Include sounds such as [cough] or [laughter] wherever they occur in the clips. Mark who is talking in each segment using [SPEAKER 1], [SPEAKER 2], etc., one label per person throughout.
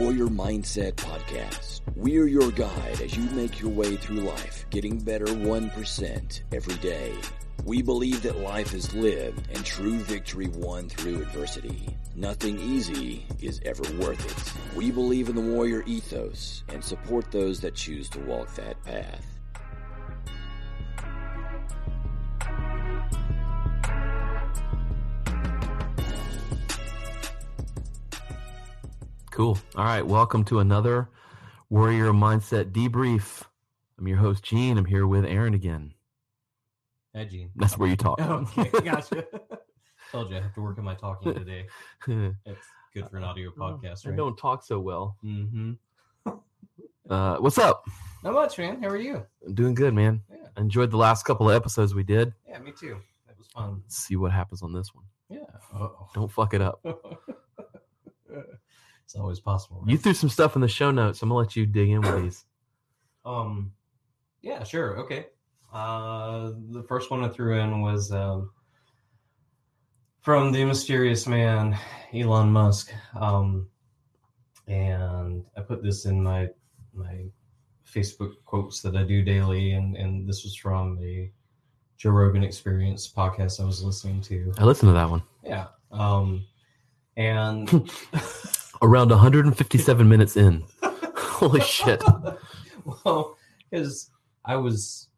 [SPEAKER 1] Mindset Podcast. We're your guide as you make your way through life, getting better 1% every day. We believe that life is lived and true victory won through adversity. Nothing easy is ever worth it. We believe in the warrior ethos and support those that choose to walk that path.
[SPEAKER 2] Cool. All right. Welcome to another Warrior Mindset Debrief. I'm your host, Gene. I'm here with Aaron again.
[SPEAKER 3] Hey, Gene.
[SPEAKER 2] That's where you talk.
[SPEAKER 3] [laughs]
[SPEAKER 2] [laughs]
[SPEAKER 3] Okay, gotcha. [laughs] Told you I have to work on my talking today. It's good for an [laughs] audio podcast,
[SPEAKER 2] I
[SPEAKER 3] right?
[SPEAKER 2] don't talk so well.
[SPEAKER 3] Mm-hmm.
[SPEAKER 2] Uh, what's up?
[SPEAKER 3] Not much, man. How are you?
[SPEAKER 2] I'm doing good, man.
[SPEAKER 3] Yeah,
[SPEAKER 2] I enjoyed the last couple of episodes we did.
[SPEAKER 3] yeah, me too. That was fun.
[SPEAKER 2] Let's see what happens on this one.
[SPEAKER 3] Yeah.
[SPEAKER 2] Don't fuck it up.
[SPEAKER 3] [laughs] it's always possible.
[SPEAKER 2] You
[SPEAKER 3] right?
[SPEAKER 2] threw some stuff in the show notes. I'm gonna let you dig in with these.
[SPEAKER 3] um, yeah, sure. Okay. Uh, the first one I threw in was um, from the mysterious man, Elon Musk. Um, and I put this in my my Facebook quotes that I do daily, and and this was from a Joe Rogan Experience podcast I was listening to.
[SPEAKER 2] I listened to that one.
[SPEAKER 3] Yeah. Um, and
[SPEAKER 2] Around 157 [laughs] minutes in. Holy shit.
[SPEAKER 3] [laughs] well, because I was,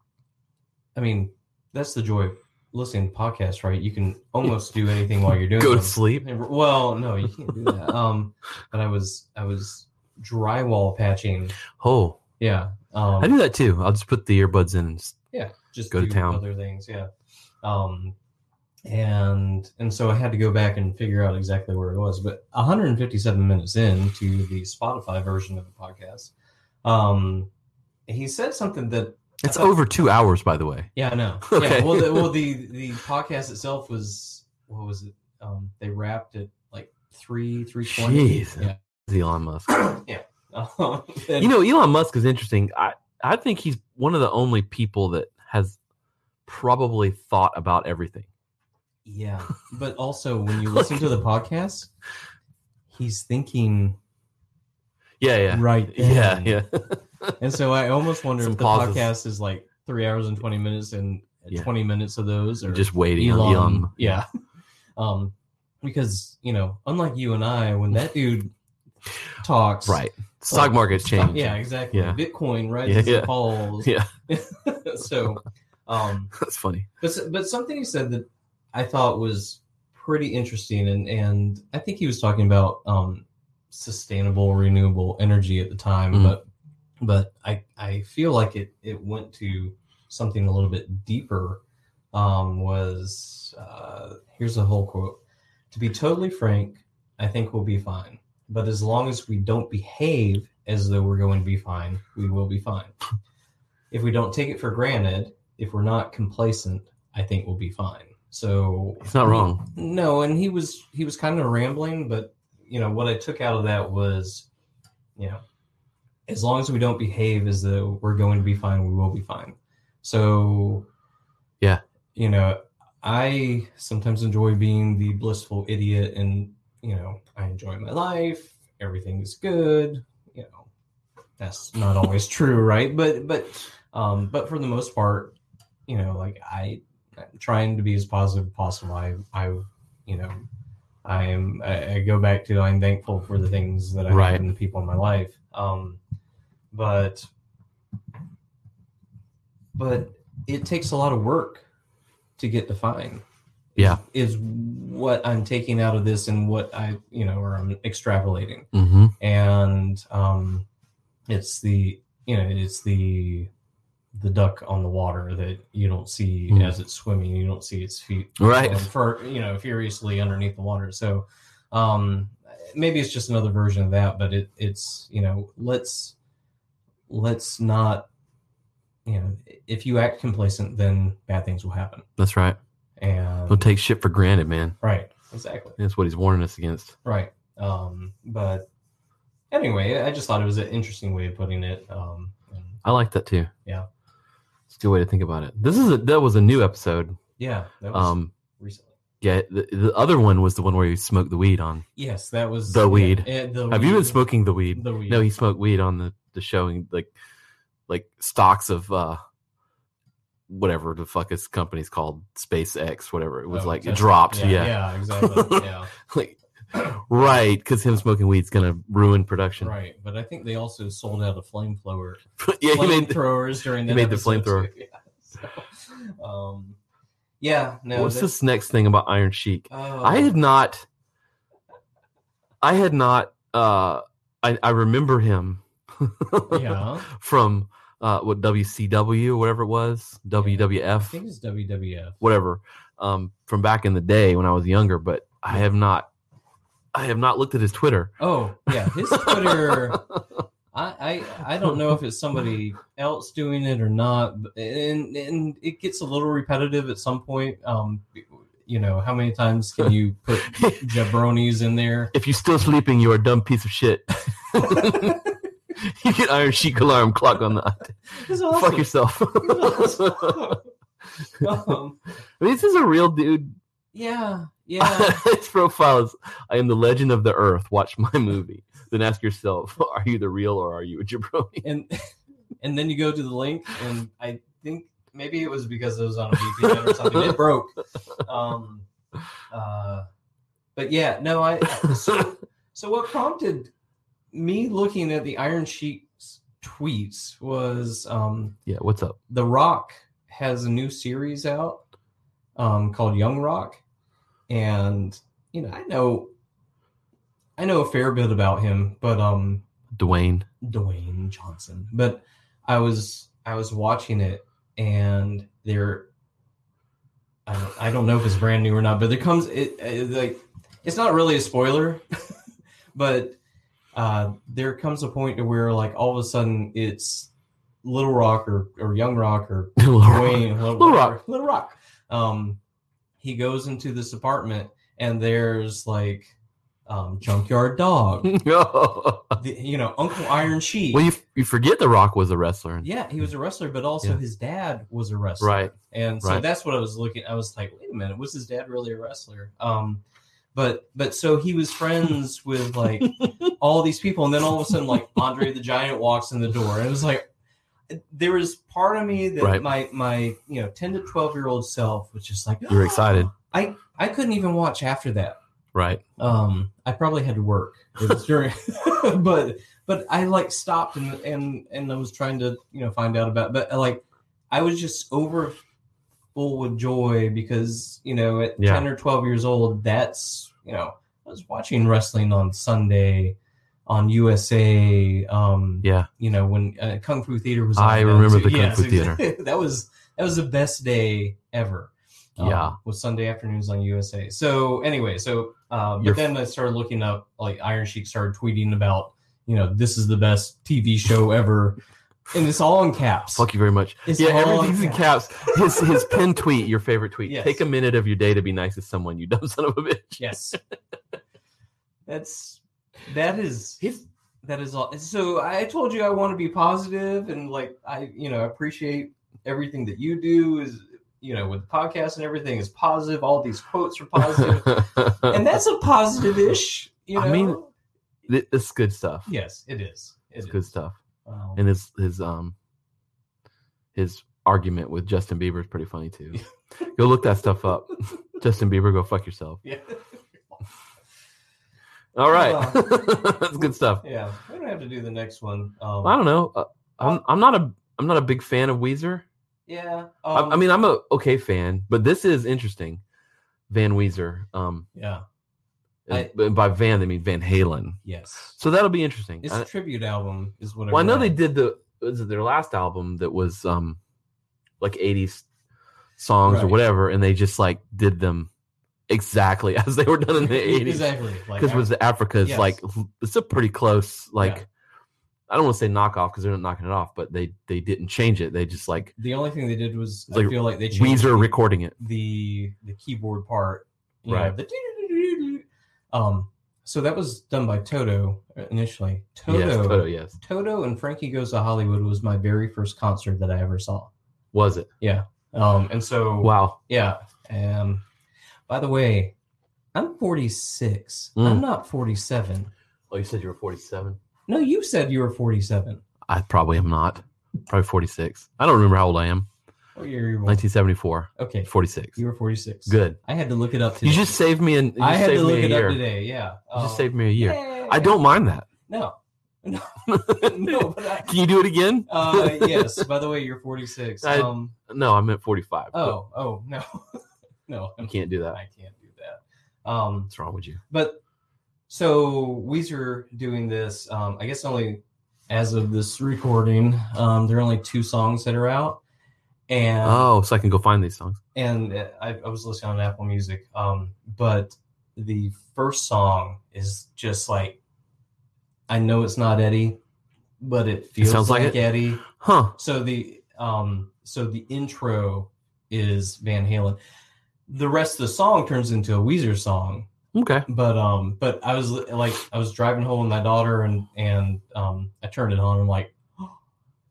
[SPEAKER 3] I mean, that's the joy of listening to podcasts, right? You can almost do anything while you're doing.
[SPEAKER 2] Go to
[SPEAKER 3] them.
[SPEAKER 2] sleep.
[SPEAKER 3] Well, no, you can't do that. um, but I was, I was drywall patching.
[SPEAKER 2] Oh.
[SPEAKER 3] Yeah. Um,
[SPEAKER 2] I do that too. I'll just put the earbuds in. and-
[SPEAKER 3] yeah just
[SPEAKER 2] Go to
[SPEAKER 3] do
[SPEAKER 2] town.
[SPEAKER 3] other things yeah um and and so i had to go back and figure out exactly where it was but 157 minutes into the spotify version of the podcast um he said something that
[SPEAKER 2] It's over two hours, by the way.
[SPEAKER 3] yeah
[SPEAKER 2] [laughs]
[SPEAKER 3] i know
[SPEAKER 2] Okay.
[SPEAKER 3] yeah well the, well the the podcast itself was what was it um they wrapped at like three three twenty
[SPEAKER 2] Jeez. Elon Musk.
[SPEAKER 3] yeah [laughs] Um,
[SPEAKER 2] you know elon musk is interesting i i think he's one of the only people that has probably thought about everything
[SPEAKER 3] Yeah, but also when
[SPEAKER 2] [laughs]
[SPEAKER 3] you listen to the podcast, he's thinking
[SPEAKER 2] yeah yeah
[SPEAKER 3] right.
[SPEAKER 2] yeah
[SPEAKER 3] then.
[SPEAKER 2] yeah
[SPEAKER 3] And so I almost wonder
[SPEAKER 2] Some
[SPEAKER 3] if the
[SPEAKER 2] pauses.
[SPEAKER 3] podcast is like three hours and twenty minutes, and
[SPEAKER 2] Yeah.
[SPEAKER 3] twenty minutes of those
[SPEAKER 2] [laughs]
[SPEAKER 3] are
[SPEAKER 2] just waiting on
[SPEAKER 3] Elon.
[SPEAKER 2] elon
[SPEAKER 3] Yeah, [laughs] um, because you know, unlike you and I, when that dude
[SPEAKER 2] [laughs]
[SPEAKER 3] talks,
[SPEAKER 2] right stock market's changed
[SPEAKER 3] Yeah, exactly.
[SPEAKER 2] Yeah.
[SPEAKER 3] Bitcoin
[SPEAKER 2] Yeah,
[SPEAKER 3] rises
[SPEAKER 2] yeah.
[SPEAKER 3] and falls.
[SPEAKER 2] Yeah.
[SPEAKER 3] [laughs] so, um,
[SPEAKER 2] that's funny
[SPEAKER 3] But s- but something he said that I thought was pretty interesting, and and I think he was talking about um, sustainable renewable energy at the time,
[SPEAKER 2] Mhm.
[SPEAKER 3] but but I I feel like it it went to something a little bit deeper. Um, was uh, here's a whole quote: "To be totally frank, I think we'll be fine. But as long as we don't behave as though we're going to be fine, we will be fine. If we don't take it for granted, if we're not complacent, I think we'll be fine. So
[SPEAKER 2] it's not wrong
[SPEAKER 3] no, and he was he was kind of rambling, but you know what I took out of that was, you know, as long as we don't behave as though we're going to be fine, we will be fine. So,
[SPEAKER 2] Yeah.
[SPEAKER 3] you know, I sometimes enjoy being the blissful idiot, and you know, I enjoy my life. Everything is good. You know, that's not always true, right? But but um, but for the most part, you know, like I I'm trying to be as positive as possible. I, I, you know, I am. I, I go back to I'm thankful for the things that I
[SPEAKER 2] Right.
[SPEAKER 3] have and the people in my life. Um, but, but it takes a lot of work to get to fine.
[SPEAKER 2] Yeah.
[SPEAKER 3] is what I'm taking out of this and what I, you know, or I'm extrapolating
[SPEAKER 2] hmm
[SPEAKER 3] and um, it's the you know it's the the duck on the water that you don't see
[SPEAKER 2] Hmm.
[SPEAKER 3] as it's swimming you don't see its feet
[SPEAKER 2] right
[SPEAKER 3] going fur, you know furiously underneath the water so um maybe it's just another version of that but it it's you know let's let's not you know if you act complacent then bad things will happen
[SPEAKER 2] that's right
[SPEAKER 3] and
[SPEAKER 2] don't take shit for granted man
[SPEAKER 3] right exactly
[SPEAKER 2] that's what he's warning us against
[SPEAKER 3] Right. Um, but anyway, I just thought it was an interesting way of putting it. Um, and
[SPEAKER 2] i like that too
[SPEAKER 3] Yeah.
[SPEAKER 2] it's a good way to think about it this is a that was a new episode
[SPEAKER 3] yeah, that was
[SPEAKER 2] um
[SPEAKER 3] recently.
[SPEAKER 2] get the, the other one was the one where he smoked the weed on.
[SPEAKER 3] Yes, that was
[SPEAKER 2] The weed.
[SPEAKER 3] yeah, eh, the
[SPEAKER 2] Have you
[SPEAKER 3] weed-
[SPEAKER 2] been smoking the weed?
[SPEAKER 3] The weed.
[SPEAKER 2] No, he smoked weed on the the showing like like stocks of uh whatever the fuck his company's called SpaceX whatever it was
[SPEAKER 3] Oh,
[SPEAKER 2] like it
[SPEAKER 3] Tesla.
[SPEAKER 2] dropped yeah,
[SPEAKER 3] Yeah,
[SPEAKER 2] [laughs]
[SPEAKER 3] yeah, exactly. yeah,
[SPEAKER 2] like right because him smoking weed's gonna ruin production
[SPEAKER 3] right. But I think they also sold out of flame flower
[SPEAKER 2] [laughs] yeah [laughs] he made
[SPEAKER 3] flamethrowers during
[SPEAKER 2] he
[SPEAKER 3] that
[SPEAKER 2] made the
[SPEAKER 3] episode,
[SPEAKER 2] flamethrower.
[SPEAKER 3] too. [laughs] Yeah, so, um, yeah, no.
[SPEAKER 2] what's
[SPEAKER 3] that-
[SPEAKER 2] this next thing about Iron Sheik
[SPEAKER 3] oh,
[SPEAKER 2] I had not I had not uh I, I remember him [laughs]
[SPEAKER 3] yeah.
[SPEAKER 2] from uh what WCW whatever it was
[SPEAKER 3] I
[SPEAKER 2] WWF
[SPEAKER 3] think it's WWF.
[SPEAKER 2] whatever um, from back in the day when I was younger, but I have not I have not looked at his Twitter.
[SPEAKER 3] Oh yeah, his Twitter. I, I I don't know if it's somebody else doing it or not, but- and and it gets a little repetitive at some point. Um, you know, how many times can you put jabronis in there?
[SPEAKER 2] if you're still sleeping, you're a dumb piece of shit. [laughs] you get Iron Sheik alarm clock on the
[SPEAKER 3] It's [laughs]
[SPEAKER 2] [laughs]
[SPEAKER 3] awesome.
[SPEAKER 2] fuck yourself.
[SPEAKER 3] It's
[SPEAKER 2] [laughs] I
[SPEAKER 3] awesome. [laughs] um,
[SPEAKER 2] mean, this is a real dude.
[SPEAKER 3] yeah, yeah.
[SPEAKER 2] [laughs] His profile is I am the legend of the earth. Watch my movie. Then ask yourself, [laughs] are you the real or are you a
[SPEAKER 3] [laughs]
[SPEAKER 2] jabroni?
[SPEAKER 3] and and then you go to the link, and I think maybe it was because it was on a VPN or something. It broke. Um, uh, but yeah, no, I. So, so what prompted me looking at the Iron Sheik's tweets was um,
[SPEAKER 2] Yeah, what's up?
[SPEAKER 3] The Rock has a new series out um, called Young Rock, and you know I know I know a fair bit about him, but um,
[SPEAKER 2] Dwayne. [laughs]
[SPEAKER 3] Dwayne Johnson. But I was I was watching it and there I don't, I don't know if it's brand new or not, but there comes it, it like it's not really a spoiler, [laughs] but uh there comes a point to where like all of a sudden it's Little Rock or, or Young Rock or
[SPEAKER 2] [laughs]
[SPEAKER 3] Dwayne Little,
[SPEAKER 2] Little
[SPEAKER 3] Rock. Little Rock. Um, he goes into this apartment and there's like um,
[SPEAKER 2] [laughs]
[SPEAKER 3] junkyard dog,
[SPEAKER 2] well,
[SPEAKER 3] the, you know, Uncle Iron Sheik.
[SPEAKER 2] you, you forget The Rock was a wrestler.
[SPEAKER 3] Yeah, he was a wrestler, but also
[SPEAKER 2] Mm-hmm. Yeah.
[SPEAKER 3] his dad was a wrestler.
[SPEAKER 2] Right.
[SPEAKER 3] And so
[SPEAKER 2] right.
[SPEAKER 3] that's what I was looking. I was like, wait a minute, was his dad really a wrestler? Um, but but so he
[SPEAKER 2] [laughs]
[SPEAKER 3] was friends with like all these people, and then all of a sudden, like Andre the Giant walks in the door, and it was like there was part of me that
[SPEAKER 2] Right.
[SPEAKER 3] my my you know ten to twelve year old self was just like
[SPEAKER 2] You were excited.
[SPEAKER 3] I I couldn't even watch after that.
[SPEAKER 2] Right.
[SPEAKER 3] Um, I probably had to work. It
[SPEAKER 2] [laughs]
[SPEAKER 3] was during, [laughs] but but I like stopped and and and I was trying to you know find out about, but like I was just over full with joy because you know at
[SPEAKER 2] Yeah.
[SPEAKER 3] ten or twelve years old, that's you know I was watching wrestling on Sunday on USA. Um,
[SPEAKER 2] Yeah.
[SPEAKER 3] you know when uh, Kung Fu Theater was.
[SPEAKER 2] I
[SPEAKER 3] on then,
[SPEAKER 2] remember
[SPEAKER 3] too.
[SPEAKER 2] the Kung Fu Theater.
[SPEAKER 3] exactly. [laughs] that was that was the best day ever.
[SPEAKER 2] Yeah.
[SPEAKER 3] was Sunday afternoons on USA. So anyway, so uh, but
[SPEAKER 2] Your-
[SPEAKER 3] then I started looking up like Iron Sheik started tweeting about you know this is the best TV show ever, and it's all in caps.
[SPEAKER 2] Fuck you very much.
[SPEAKER 3] It's
[SPEAKER 2] yeah,
[SPEAKER 3] all
[SPEAKER 2] everything's in caps. His his pin tweet, your favorite tweet.
[SPEAKER 3] Yes.
[SPEAKER 2] Take a minute of your day to be nice to someone, you dumb [laughs] son of a bitch.
[SPEAKER 3] Yes, that's that is
[SPEAKER 2] He's
[SPEAKER 3] that is all. So I told you I want to be positive and like I you know appreciate everything that you do is you know with the podcast and everything is positive. All these quotes
[SPEAKER 2] [laughs]
[SPEAKER 3] are positive, and that's a positive ish. You know,
[SPEAKER 2] I mean, Th- it's good stuff.
[SPEAKER 3] yes, it is. It
[SPEAKER 2] It's
[SPEAKER 3] is.
[SPEAKER 2] good stuff.
[SPEAKER 3] Um,
[SPEAKER 2] And his his um his argument with Justin Bieber is pretty funny too. go look that stuff
[SPEAKER 3] [laughs]
[SPEAKER 2] up. Justin Bieber, go fuck yourself.
[SPEAKER 3] [laughs] yeah.
[SPEAKER 2] All right.
[SPEAKER 3] Wow.
[SPEAKER 2] [laughs] that's good stuff.
[SPEAKER 3] Yeah, we don't have to do the next one. Um,
[SPEAKER 2] I don't know. Uh, I'm I'm not a I'm not a big fan of Weezer.
[SPEAKER 3] Yeah,
[SPEAKER 2] I,
[SPEAKER 3] um,
[SPEAKER 2] I mean, I'm a okay fan, but this is interesting. Van Weezer. Um,
[SPEAKER 3] yeah, I-
[SPEAKER 2] and b- by Van they mean Van Halen.
[SPEAKER 3] yes,
[SPEAKER 2] So that'll be interesting.
[SPEAKER 3] it's
[SPEAKER 2] I,
[SPEAKER 3] a tribute album, is what.
[SPEAKER 2] well, I know
[SPEAKER 3] read.
[SPEAKER 2] they did the was it their last album that was um like '80s songs or
[SPEAKER 3] Right.
[SPEAKER 2] whatever, and they just like did them exactly [laughs] as they were done
[SPEAKER 3] [laughs]
[SPEAKER 2] in the '80s.
[SPEAKER 3] exactly like
[SPEAKER 2] Because was Africa's
[SPEAKER 3] Yes.
[SPEAKER 2] like it's a pretty close like.
[SPEAKER 3] Yeah.
[SPEAKER 2] I don't want to say knockoff because they're not knocking it off, but they they didn't change it. They just like
[SPEAKER 3] the only thing they did was
[SPEAKER 2] like
[SPEAKER 3] I feel like they changed
[SPEAKER 2] Weezer
[SPEAKER 3] the,
[SPEAKER 2] recording it.
[SPEAKER 3] the the keyboard part, you
[SPEAKER 2] Right.
[SPEAKER 3] Know, the um, so that was done by Toto uh, initially. Toto,
[SPEAKER 2] Yes, Toto. Yes,
[SPEAKER 3] Toto, and Frankie Goes to Hollywood was my very first concert that I ever saw.
[SPEAKER 2] was it?
[SPEAKER 3] Um, and so
[SPEAKER 2] Wow.
[SPEAKER 3] yeah, um, By the way, I'm 46.
[SPEAKER 2] Mm.
[SPEAKER 3] I'm not 47.
[SPEAKER 2] Oh, you said you were 47?
[SPEAKER 3] No, you said you were 47.
[SPEAKER 2] I probably am not. Probably 46. I don't remember how old I am.
[SPEAKER 3] What year you were?
[SPEAKER 2] 1974.
[SPEAKER 3] Okay,
[SPEAKER 2] 46.
[SPEAKER 3] you were 46.
[SPEAKER 2] Good.
[SPEAKER 3] I had to look it up today.
[SPEAKER 2] You just saved me an. You
[SPEAKER 3] I had
[SPEAKER 2] saved
[SPEAKER 3] to look
[SPEAKER 2] me a
[SPEAKER 3] it
[SPEAKER 2] year.
[SPEAKER 3] up today. Yeah.
[SPEAKER 2] You just
[SPEAKER 3] Um,
[SPEAKER 2] saved me a year.
[SPEAKER 3] yeah.
[SPEAKER 2] Oh. I don't mind that.
[SPEAKER 3] No. [laughs] No.
[SPEAKER 2] [laughs]
[SPEAKER 3] no. But I,
[SPEAKER 2] Can you do it again?
[SPEAKER 3] uh, yes. By the way, you're 46.
[SPEAKER 2] I-
[SPEAKER 3] Um.
[SPEAKER 2] No, I'm at 45. but
[SPEAKER 3] Oh. Oh no. [laughs] no.
[SPEAKER 2] you can't do that.
[SPEAKER 3] I can't do that. Um.
[SPEAKER 2] What's wrong with you?
[SPEAKER 3] But so Weezer doing this, um, I guess only as of this recording, um, there are only two songs that are out, and
[SPEAKER 2] Oh, so I can go find these songs.
[SPEAKER 3] and uh, I, I was listening on Apple Music, um, but the first song is just like I know it's not Eddie, but it feels
[SPEAKER 2] sounds like
[SPEAKER 3] like,
[SPEAKER 2] it.
[SPEAKER 3] Eddie.
[SPEAKER 2] Huh.
[SPEAKER 3] So the um, so the intro is Van Halen. The rest of the song turns into a Weezer song,
[SPEAKER 2] Okay.
[SPEAKER 3] but um but i was li- like i was driving home with my daughter and and um i turned it on and i'm like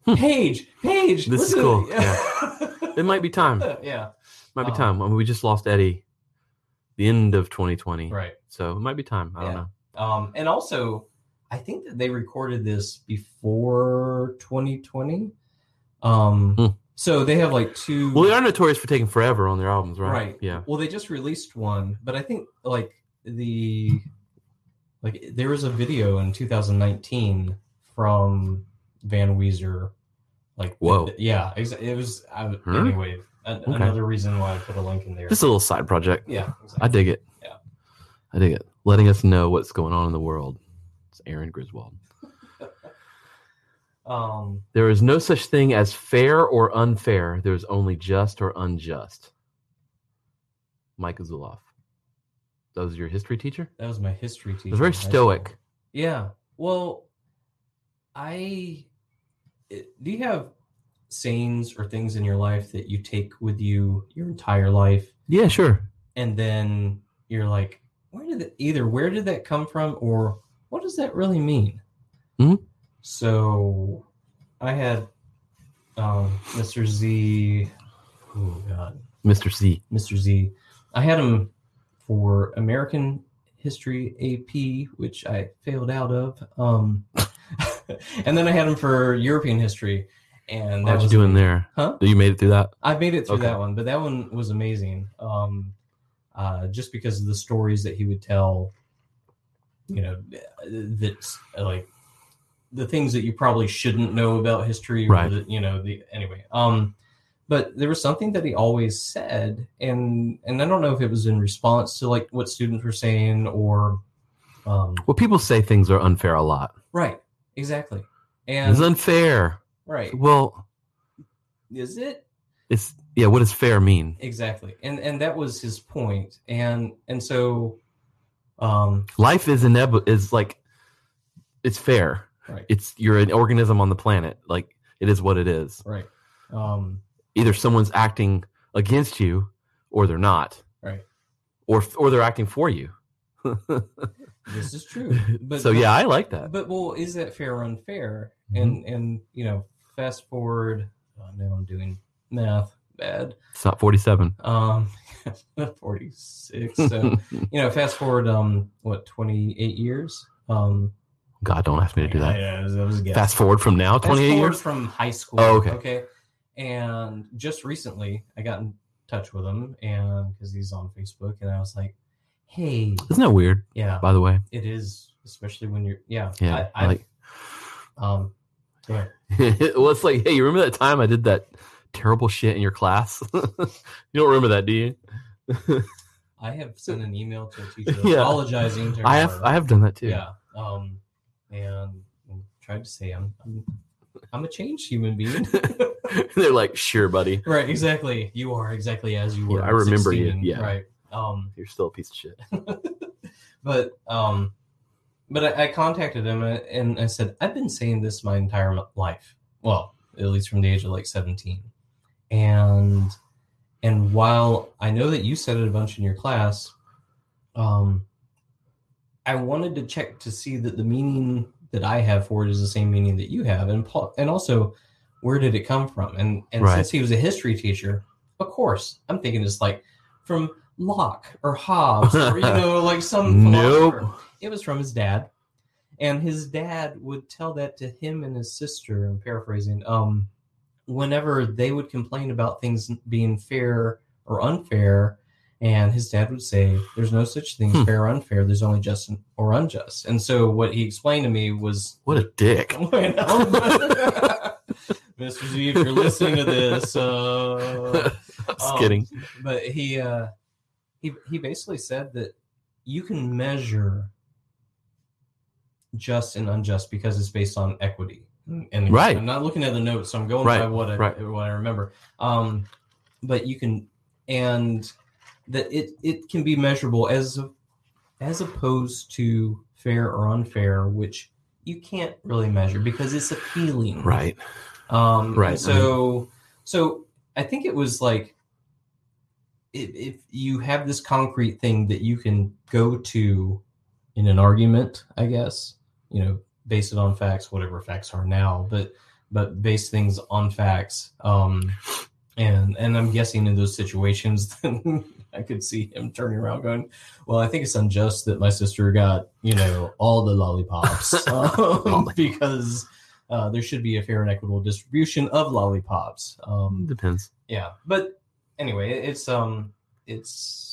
[SPEAKER 2] Hmm.
[SPEAKER 3] paige paige
[SPEAKER 2] This is
[SPEAKER 3] listen to
[SPEAKER 2] cool,
[SPEAKER 3] me." yeah
[SPEAKER 2] It might be time.
[SPEAKER 3] [laughs] yeah
[SPEAKER 2] Might be
[SPEAKER 3] Oh.
[SPEAKER 2] time. I mean, we just lost Eddie the end of 2020.
[SPEAKER 3] right
[SPEAKER 2] So it might be time. I don't
[SPEAKER 3] Yeah.
[SPEAKER 2] know.
[SPEAKER 3] um and also i think that they recorded this before 2020 um
[SPEAKER 2] Hmm.
[SPEAKER 3] so they have like two
[SPEAKER 2] Well, they are notorious for taking forever on their albums, right?
[SPEAKER 3] Right.
[SPEAKER 2] Yeah.
[SPEAKER 3] Well, they just released one, but I think like the like there was a video in 2019 from Van Weezer. Like
[SPEAKER 2] Whoa.
[SPEAKER 3] th- yeah, ex- it was I, would-
[SPEAKER 2] Huh?
[SPEAKER 3] anyway. a-
[SPEAKER 2] Okay.
[SPEAKER 3] Another reason why I put a link in there.
[SPEAKER 2] Just a little side project.
[SPEAKER 3] yeah,
[SPEAKER 2] I dig it.
[SPEAKER 3] Yeah.
[SPEAKER 2] I dig it. Letting us know what's going on in the world. It's Aaron Griswold.
[SPEAKER 3] Um,
[SPEAKER 2] There is no such thing as fair or unfair. There is only just or unjust. Mike Zuloff. That was your history teacher?
[SPEAKER 3] that was my history teacher.
[SPEAKER 2] It was very
[SPEAKER 3] in high school.
[SPEAKER 2] stoic.
[SPEAKER 3] Yeah. Well, I it- do you have sayings or things in your life that you take with you your entire life
[SPEAKER 2] Yeah, sure.
[SPEAKER 3] and then you're like, where did it, either where did that come from or what does that really mean?
[SPEAKER 2] Mhm.
[SPEAKER 3] So I had um, Mr. Z. Oh God,
[SPEAKER 2] Mr. C.
[SPEAKER 3] Mr. Z. I had him for American History AP, which I failed out of, um, [laughs] and then I had him for European History, and that
[SPEAKER 2] How'd you
[SPEAKER 3] was
[SPEAKER 2] doing there?
[SPEAKER 3] Huh?
[SPEAKER 2] You made it through that?
[SPEAKER 3] I made it through
[SPEAKER 2] Okay.
[SPEAKER 3] that one, but that one was amazing. Um, uh, just because of the stories that he would tell, you know, that's uh, like the things that you probably shouldn't know about history, or
[SPEAKER 2] Right.
[SPEAKER 3] the- you know, the anyway. Um, but there was something that he always said, and and I don't know if it was in response to like what students were saying or, um,
[SPEAKER 2] Well, people say things are unfair a lot.
[SPEAKER 3] right, exactly, and
[SPEAKER 2] It's unfair.
[SPEAKER 3] right,
[SPEAKER 2] Well,
[SPEAKER 3] is it?
[SPEAKER 2] it's yeah, what does fair mean?
[SPEAKER 3] exactly and and that was his point and and so um
[SPEAKER 2] Life is inevitable is like it's fair.
[SPEAKER 3] right
[SPEAKER 2] It's you're an organism on the planet. Like it is what it is.
[SPEAKER 3] right um
[SPEAKER 2] Either someone's acting against you or they're not.
[SPEAKER 3] Right.
[SPEAKER 2] Or or they're acting for you. [laughs]
[SPEAKER 3] this is true but
[SPEAKER 2] so yeah, Mm-hmm. I like that.
[SPEAKER 3] but well is that fair or unfair and and you know fast forward oh, now i'm doing math bad
[SPEAKER 2] It's not 47.
[SPEAKER 3] um [laughs]
[SPEAKER 2] [laughs]
[SPEAKER 3] 46 so you know fast forward um what 28 years um
[SPEAKER 2] God, don't ask me to do that.
[SPEAKER 3] yeah, that was a guess.
[SPEAKER 2] Fast forward from now,
[SPEAKER 3] Fast
[SPEAKER 2] 28
[SPEAKER 3] forward
[SPEAKER 2] years.
[SPEAKER 3] from high school.
[SPEAKER 2] Oh, okay.
[SPEAKER 3] Okay. And just recently, I got in touch with him, and because he's on Facebook, and I was like, "Hey,
[SPEAKER 2] Isn't that weird?
[SPEAKER 3] yeah,
[SPEAKER 2] By the way, [laughs]
[SPEAKER 3] it is, especially when you're, yeah,
[SPEAKER 2] yeah.
[SPEAKER 3] I, I,
[SPEAKER 2] like,
[SPEAKER 3] um, go ahead.
[SPEAKER 2] well, it's like, hey, you remember that time I did that terrible shit in your class? [laughs] you don't remember that, do you?
[SPEAKER 3] I have sent an email to a teacher
[SPEAKER 2] [laughs] Yeah.
[SPEAKER 3] apologizing to
[SPEAKER 2] I have,
[SPEAKER 3] her.
[SPEAKER 2] I have done that too.
[SPEAKER 3] yeah, um, and tried to say I'm, I'm, I'm a changed
[SPEAKER 2] [laughs]
[SPEAKER 3] human being.
[SPEAKER 2] [laughs] They're like, sure, buddy,
[SPEAKER 3] right, exactly. You are exactly as you were.
[SPEAKER 2] Yeah,
[SPEAKER 3] at
[SPEAKER 2] I remember you,
[SPEAKER 3] 16,
[SPEAKER 2] yeah.
[SPEAKER 3] right. Um,
[SPEAKER 2] you're still a piece of shit.
[SPEAKER 3] but um but I, I contacted him and- and I said I've been saying this my entire m- life. Well, at least from the age of like 17. And and while I know that you said it a bunch in your class, um I wanted to check to see that the meaning that I have for it is the same meaning that you have and Paul, and also where did it come from? And and
[SPEAKER 2] Right.
[SPEAKER 3] since he was a history teacher, of course, I'm thinking it's like from Locke or Hobbes or you know like some
[SPEAKER 2] Nope.
[SPEAKER 3] philosopher. It was from his dad, and his dad would tell that to him and his sister. I'm paraphrasing. Um, whenever they would complain about things being fair or unfair, and his dad would say, "There's no such thing
[SPEAKER 2] Hmm.
[SPEAKER 3] as fair or unfair. There's only just or unjust." And so what he explained to me was [laughs]
[SPEAKER 2] What a dick.
[SPEAKER 3] Bueno. [laughs] Mr. Z, if you're listening to this, uh,
[SPEAKER 2] Just
[SPEAKER 3] um,
[SPEAKER 2] kidding.
[SPEAKER 3] But he uh, he he basically said that you can measure just and unjust because it's based on equity. And
[SPEAKER 2] Right.
[SPEAKER 3] I'm not looking at the notes, so I'm going
[SPEAKER 2] Right,
[SPEAKER 3] by what I
[SPEAKER 2] right.
[SPEAKER 3] what I remember. Um, but you can and that it it can be measurable as as opposed to fair or unfair, which you can't really measure because it's a feeling,
[SPEAKER 2] Right.
[SPEAKER 3] um,
[SPEAKER 2] Right,
[SPEAKER 3] right. So, so I think it was like if, if you have this concrete thing that you can go to in an argument, I guess you know, base it on facts, whatever facts are now, but but base things on facts. Um, and and I'm guessing in those situations, [laughs] I could see him turning around going, "Well, I think it's unjust that my sister got you know all the [laughs] lollipops um, because uh, there should be a fair and equitable distribution of lollipops."
[SPEAKER 2] [laughs]
[SPEAKER 3] Um,
[SPEAKER 2] Depends.
[SPEAKER 3] yeah, but anyway, it- it's um, it's.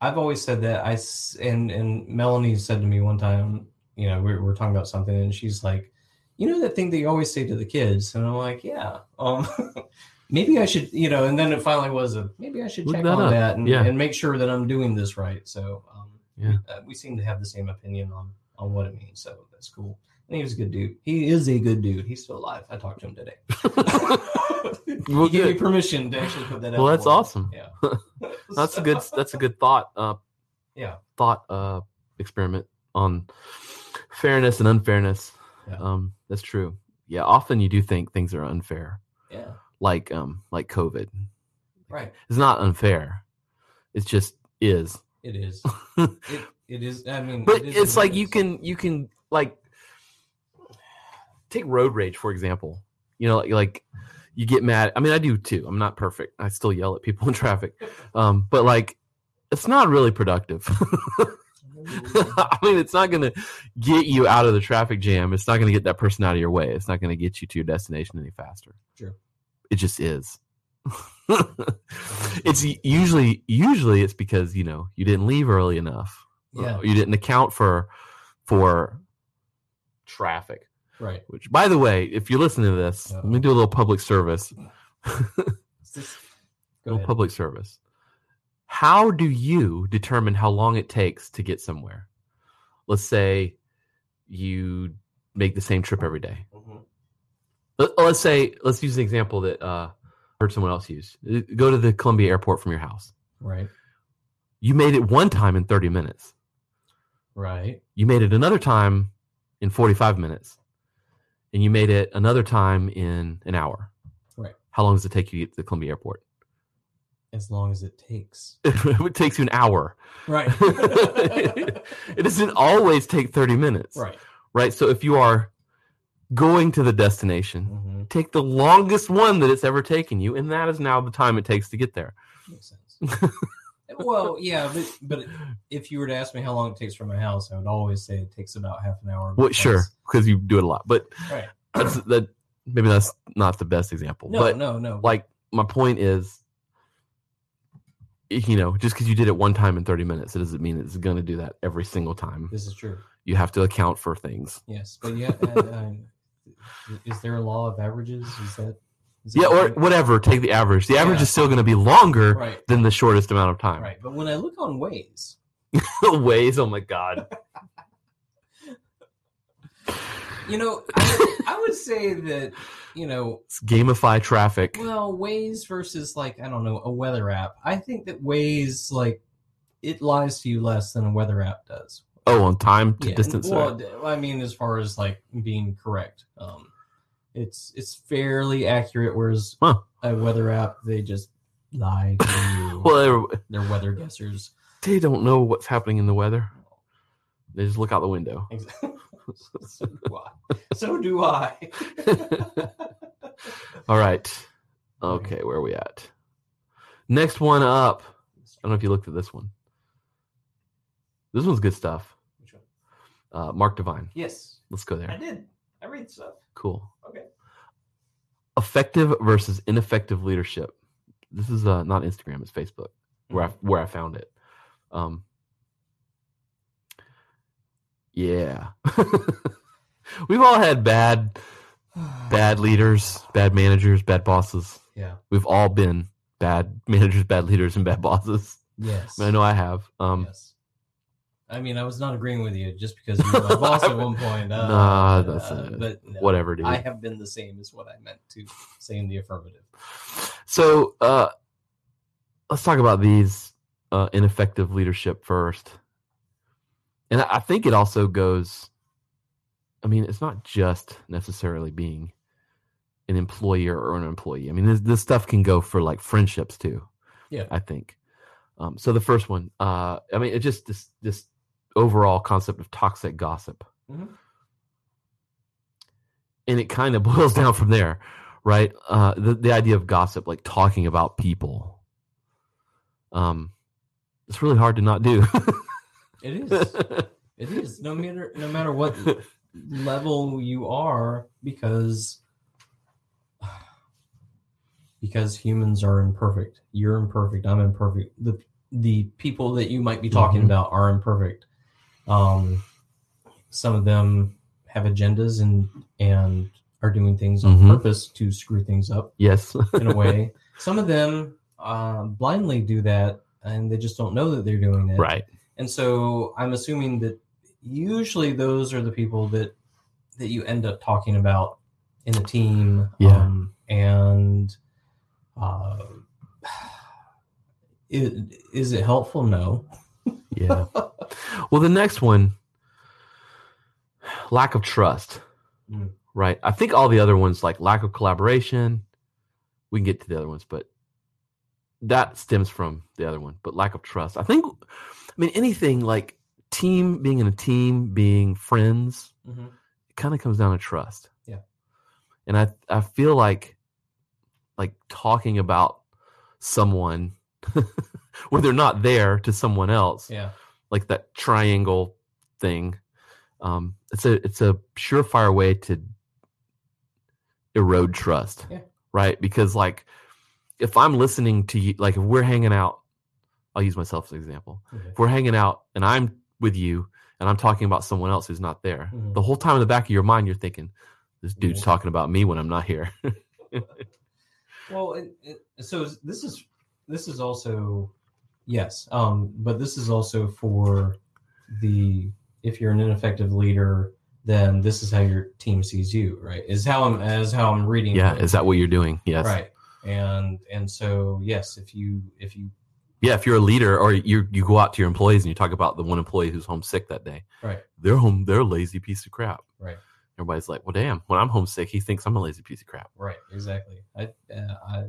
[SPEAKER 3] I've always said that I s- and and Melanie said to me one time, you know, we were talking about something, and she's like, you know, that thing that you always say to the kids, and I'm like, yeah, um, [laughs] maybe I should, you know, and then it finally was a maybe I should
[SPEAKER 2] Look
[SPEAKER 3] check
[SPEAKER 2] that
[SPEAKER 3] on
[SPEAKER 2] up.
[SPEAKER 3] that and,
[SPEAKER 2] Yeah.
[SPEAKER 3] and make sure that I'm doing this right. So um,
[SPEAKER 2] Yeah.
[SPEAKER 3] we, uh, we seem to have the same opinion on on what it means, so that's cool. And he was a good dude. He is a good dude. He's still alive. I talked to him today [laughs]
[SPEAKER 2] Well,
[SPEAKER 3] you gave me
[SPEAKER 2] good.
[SPEAKER 3] permission to actually put that out.
[SPEAKER 2] Well, that's
[SPEAKER 3] for you.
[SPEAKER 2] awesome.
[SPEAKER 3] Yeah.
[SPEAKER 2] [laughs] That's a good that's a good thought. Uh
[SPEAKER 3] Yeah.
[SPEAKER 2] Thought uh experiment on fairness and unfairness.
[SPEAKER 3] Yeah.
[SPEAKER 2] Um that's true. Yeah, often you do think things are unfair.
[SPEAKER 3] [laughs] Yeah.
[SPEAKER 2] Like um like COVID.
[SPEAKER 3] Right.
[SPEAKER 2] It's not unfair. It's just is. [laughs]
[SPEAKER 3] It is. It, it is. I mean,
[SPEAKER 2] but
[SPEAKER 3] it is
[SPEAKER 2] it's
[SPEAKER 3] what
[SPEAKER 2] like
[SPEAKER 3] it
[SPEAKER 2] you
[SPEAKER 3] is.
[SPEAKER 2] can you can like take road rage for example you know like, like you get mad i mean i do too i'm not perfect i still yell at people in traffic um but like it's not really productive [laughs] i mean it's not gonna get you out of the traffic jam it's not gonna get that person out of your way it's not gonna get you to your destination any faster
[SPEAKER 3] Sure.
[SPEAKER 2] it just is [laughs] it's usually usually it's because you know you didn't leave early enough
[SPEAKER 3] [laughs]
[SPEAKER 2] [laughs]
[SPEAKER 3] Yeah.
[SPEAKER 2] Oh, you didn't account for for traffic.
[SPEAKER 3] Right.
[SPEAKER 2] Which, by the way, if you listen to this, let me do a little public service.
[SPEAKER 3] It's just- Go
[SPEAKER 2] little
[SPEAKER 3] ahead.
[SPEAKER 2] public service. How do you determine how long it takes to get somewhere? Let's say you make the same trip every day.
[SPEAKER 3] Mhm.
[SPEAKER 2] Let, let's say let's use an example that uh, I heard someone else use. Uh, Go to the Columbia Airport from your house.
[SPEAKER 3] Right.
[SPEAKER 2] You made it one time in thirty minutes.
[SPEAKER 3] Right.
[SPEAKER 2] you made it another time in 45 minutes and you made it another time in an hour
[SPEAKER 3] Right.
[SPEAKER 2] how long does it take you to get to the columbia airport [laughs]
[SPEAKER 3] As long as it takes.
[SPEAKER 2] it takes you an hour
[SPEAKER 3] Right. [laughs]
[SPEAKER 2] it doesn't always take 30 minutes
[SPEAKER 3] right.
[SPEAKER 2] right so if you are going to the destination
[SPEAKER 3] Mm-hmm.
[SPEAKER 2] take the longest one that it's ever taken you and that is now the time it takes to get there
[SPEAKER 3] Makes sense.
[SPEAKER 2] [laughs]
[SPEAKER 3] well, yeah, but but if you were to ask me how long it takes from my house, I would always say it takes about half an hour.
[SPEAKER 2] well
[SPEAKER 3] because-
[SPEAKER 2] sure because you do it a lot but
[SPEAKER 3] Right.
[SPEAKER 2] that's that maybe that's not the best example
[SPEAKER 3] No,
[SPEAKER 2] but
[SPEAKER 3] no, no.
[SPEAKER 2] like my point is you know just because you did it one time in 30 minutes it doesn't mean it's going to do that every single time
[SPEAKER 3] This is true.
[SPEAKER 2] you have to account for things
[SPEAKER 3] Yes, but yeah, I, I, is there a law of averages? Is that is
[SPEAKER 2] yeah
[SPEAKER 3] that
[SPEAKER 2] or
[SPEAKER 3] right?
[SPEAKER 2] whatever take the average the average
[SPEAKER 3] Yeah.
[SPEAKER 2] is still going to be longer
[SPEAKER 3] right,
[SPEAKER 2] than the shortest amount of time
[SPEAKER 3] right. But when I look on Waze,
[SPEAKER 2] [laughs] ways oh my
[SPEAKER 3] [laughs]
[SPEAKER 2] god
[SPEAKER 3] you know, I, I would say that you know,
[SPEAKER 2] Let's gamify traffic
[SPEAKER 3] well, Waze versus like I don't know a weather app. I think that Waze like it lies to you less than a weather app does.
[SPEAKER 2] oh on time to
[SPEAKER 3] Yeah,
[SPEAKER 2] distance
[SPEAKER 3] Well, d- I mean, as far as like being correct, um, it's it's fairly accurate. Whereas
[SPEAKER 2] Huh.
[SPEAKER 3] a weather app, they just lie to you.
[SPEAKER 2] [laughs] well every-
[SPEAKER 3] they're weather guessers.
[SPEAKER 2] they don't know what's happening in the weather they just look out the window
[SPEAKER 3] [laughs] Exactly. so do I. So do I. [laughs]
[SPEAKER 2] all right okay where are we at Next one up. I don't know if you looked at this one. This one's good stuff.
[SPEAKER 3] Which one?
[SPEAKER 2] Uh, Mark Divine.
[SPEAKER 3] Yes,
[SPEAKER 2] Let's go
[SPEAKER 3] I
[SPEAKER 2] there.
[SPEAKER 3] did. I read stuff.
[SPEAKER 2] Cool.
[SPEAKER 3] Okay.
[SPEAKER 2] Effective versus ineffective leadership. This is uh, not Instagram. It's Facebook. Where I where I found it. Um. Yeah. [laughs] We've all had bad bad leaders, bad managers, bad bosses.
[SPEAKER 3] Yeah.
[SPEAKER 2] We've all been bad managers, bad leaders, and bad bosses.
[SPEAKER 3] Yes.
[SPEAKER 2] I know I have. Um,
[SPEAKER 3] yes. I mean, I was not agreeing with you just because you
[SPEAKER 2] [laughs]
[SPEAKER 3] were my boss at one point. Uh,
[SPEAKER 2] Nah, that's not-
[SPEAKER 3] but no,
[SPEAKER 2] Whatever, dude.
[SPEAKER 3] I have been the same is what I meant to say in the affirmative.
[SPEAKER 2] So uh, let's talk about these uh, ineffective leadership first. And I I think it also goes, I mean, it's not just necessarily being an employer or an employee. I mean, this, this stuff can go for like friendships too.
[SPEAKER 3] Yeah.
[SPEAKER 2] I think. Um, so the first one, uh, I mean, it just this this overall concept of toxic gossip,
[SPEAKER 3] Mhm.
[SPEAKER 2] and it kind of [laughs] boils down from there, right? Uh, the the idea of gossip, like talking about people, um, it's really hard to not do.
[SPEAKER 3] It
[SPEAKER 2] [laughs]
[SPEAKER 3] is. it is. No matter no matter what level you are, because because humans are imperfect. You're imperfect. I'm imperfect. The the people that you might be talking
[SPEAKER 2] Mhm.
[SPEAKER 3] about are imperfect. Um, some of them have agendas and and are doing things on
[SPEAKER 2] Mhm.
[SPEAKER 3] purpose to screw things up
[SPEAKER 2] yes,
[SPEAKER 3] in a way. Some of them uh, blindly do that, and they just don't know that they're doing it.
[SPEAKER 2] right.
[SPEAKER 3] And so I'm assuming that usually those are the people that that you end up talking about in a team.
[SPEAKER 2] Yeah.
[SPEAKER 3] Um, and uh, it, is it helpful? No.
[SPEAKER 2] Yeah. [laughs] well, the next one, lack of trust.
[SPEAKER 3] Mm.
[SPEAKER 2] Right. I think all the other ones, like lack of collaboration, we can get to the other ones, but that stems from the other one. But lack of trust. I think, I mean, anything like team, being in a team, being friends,
[SPEAKER 3] Mm-hmm.
[SPEAKER 2] it kind of comes down to trust.
[SPEAKER 3] Yeah.
[SPEAKER 2] And I I feel like like talking about someone [laughs] where they're not there to someone else
[SPEAKER 3] Yeah.
[SPEAKER 2] like that triangle thing. Um, it's a it's a surefire way to erode trust,
[SPEAKER 3] Yeah.
[SPEAKER 2] right? Because like if I'm listening to you, like if we're hanging out, I'll use myself as an example.
[SPEAKER 3] Okay.
[SPEAKER 2] If we're hanging out and I'm with you and I'm talking about someone else who's not there,
[SPEAKER 3] Mhm.
[SPEAKER 2] the whole time in the back of your mind you're thinking, "This dude's
[SPEAKER 3] Yeah.
[SPEAKER 2] talking about me when I'm not here." [laughs]
[SPEAKER 3] Well, it, it, so this is this is also yes, um, but this is also for the if you're an ineffective leader, then this is how your team sees you, right? Is how I'm as how I'm reading.
[SPEAKER 2] yeah,
[SPEAKER 3] it.
[SPEAKER 2] is that what you're doing? Yes.
[SPEAKER 3] Mm-hmm. right? And and so yes, if you if you
[SPEAKER 2] Yeah, if you're a leader or you you go out to your employees and you talk about the one employee who's homesick that day,
[SPEAKER 3] right
[SPEAKER 2] they're home they're a lazy piece of crap
[SPEAKER 3] right
[SPEAKER 2] everybody's like well damn when i'm homesick he thinks i'm a lazy piece of crap
[SPEAKER 3] right exactly. I uh, I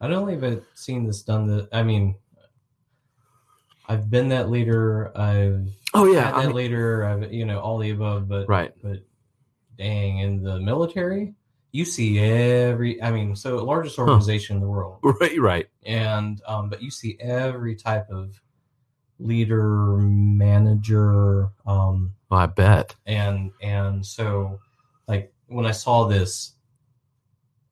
[SPEAKER 3] I don't think I've seen this done. That I mean, I've been that leader. I've
[SPEAKER 2] oh yeah
[SPEAKER 3] had that leader. I've you know all the above,
[SPEAKER 2] [laughs]
[SPEAKER 3] but
[SPEAKER 2] right
[SPEAKER 3] but dang in the military you see every i mean so largest organization in the world
[SPEAKER 2] right right
[SPEAKER 3] and um, but you see every type of leader manager um,
[SPEAKER 2] well, i bet
[SPEAKER 3] and and so like when i saw this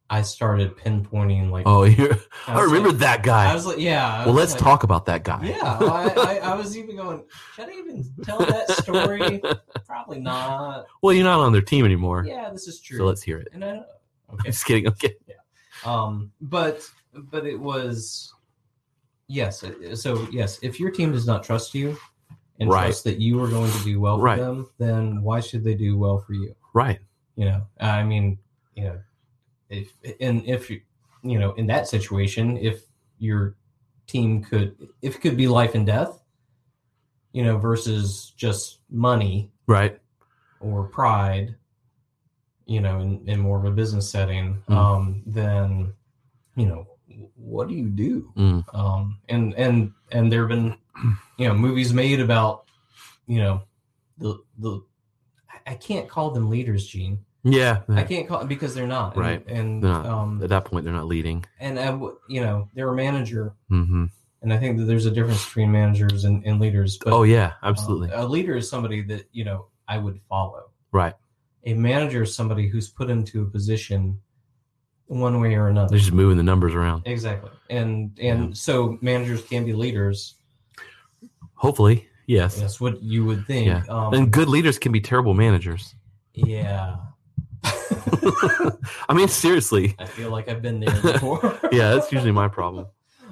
[SPEAKER 3] i started pinpointing like
[SPEAKER 2] oh [laughs] you're,
[SPEAKER 3] was
[SPEAKER 2] i remember
[SPEAKER 3] like-
[SPEAKER 2] that
[SPEAKER 3] i
[SPEAKER 2] guy
[SPEAKER 3] was like yeah I
[SPEAKER 2] well
[SPEAKER 3] was
[SPEAKER 2] let's
[SPEAKER 3] like-
[SPEAKER 2] talk about that guy
[SPEAKER 3] yeah well, I, I, I was even going should i even tell that story probably not
[SPEAKER 2] [laughs] well you're not on their team anymore
[SPEAKER 3] yeah this is true
[SPEAKER 2] so let's hear it
[SPEAKER 3] and i don't
[SPEAKER 2] i'm [laughs]
[SPEAKER 3] okay
[SPEAKER 2] just kidding okay
[SPEAKER 3] um but but it was yes it- so yes if your team does not trust you and
[SPEAKER 2] Right.
[SPEAKER 3] trust that you are going to do well for
[SPEAKER 2] Right.
[SPEAKER 3] them then why should they do well for you
[SPEAKER 2] right
[SPEAKER 3] you know i mean you know if and if you you know in that situation if your team could if it could be life and death you know versus just money
[SPEAKER 2] right
[SPEAKER 3] or pride, you know, in, in more of a business setting,
[SPEAKER 2] Mm.
[SPEAKER 3] um, then, you know, what do you do?
[SPEAKER 2] Mm.
[SPEAKER 3] Um, and and and there have been, you know, movies made about, you know, the the I can't call them leaders, Gene.
[SPEAKER 2] Yeah.
[SPEAKER 3] I can't call it because they're not. And-
[SPEAKER 2] Hmm. Right.
[SPEAKER 3] And,
[SPEAKER 2] They're not.
[SPEAKER 3] um,
[SPEAKER 2] At that point, they're not leading.
[SPEAKER 3] and I, w- you know, they're a manager,
[SPEAKER 2] hmm
[SPEAKER 3] and I think that there's a difference between managers and, and leaders. But
[SPEAKER 2] oh yeah, absolutely.
[SPEAKER 3] uh, a leader is somebody that you know I would follow.
[SPEAKER 2] right.
[SPEAKER 3] A manager is somebody who's put into a position, one way or another.
[SPEAKER 2] They're just moving the numbers around.
[SPEAKER 3] exactly. And and so managers can be leaders.
[SPEAKER 2] Hopefully, yes.
[SPEAKER 3] That's what you would think.
[SPEAKER 2] Yeah.
[SPEAKER 3] Um,
[SPEAKER 2] And good leaders can be terrible managers.
[SPEAKER 3] [laughs]
[SPEAKER 2] [laughs]
[SPEAKER 3] yeah.
[SPEAKER 2] I mean, seriously.
[SPEAKER 3] I feel like I've been there before.
[SPEAKER 2] [laughs] Yeah, that's usually my problem.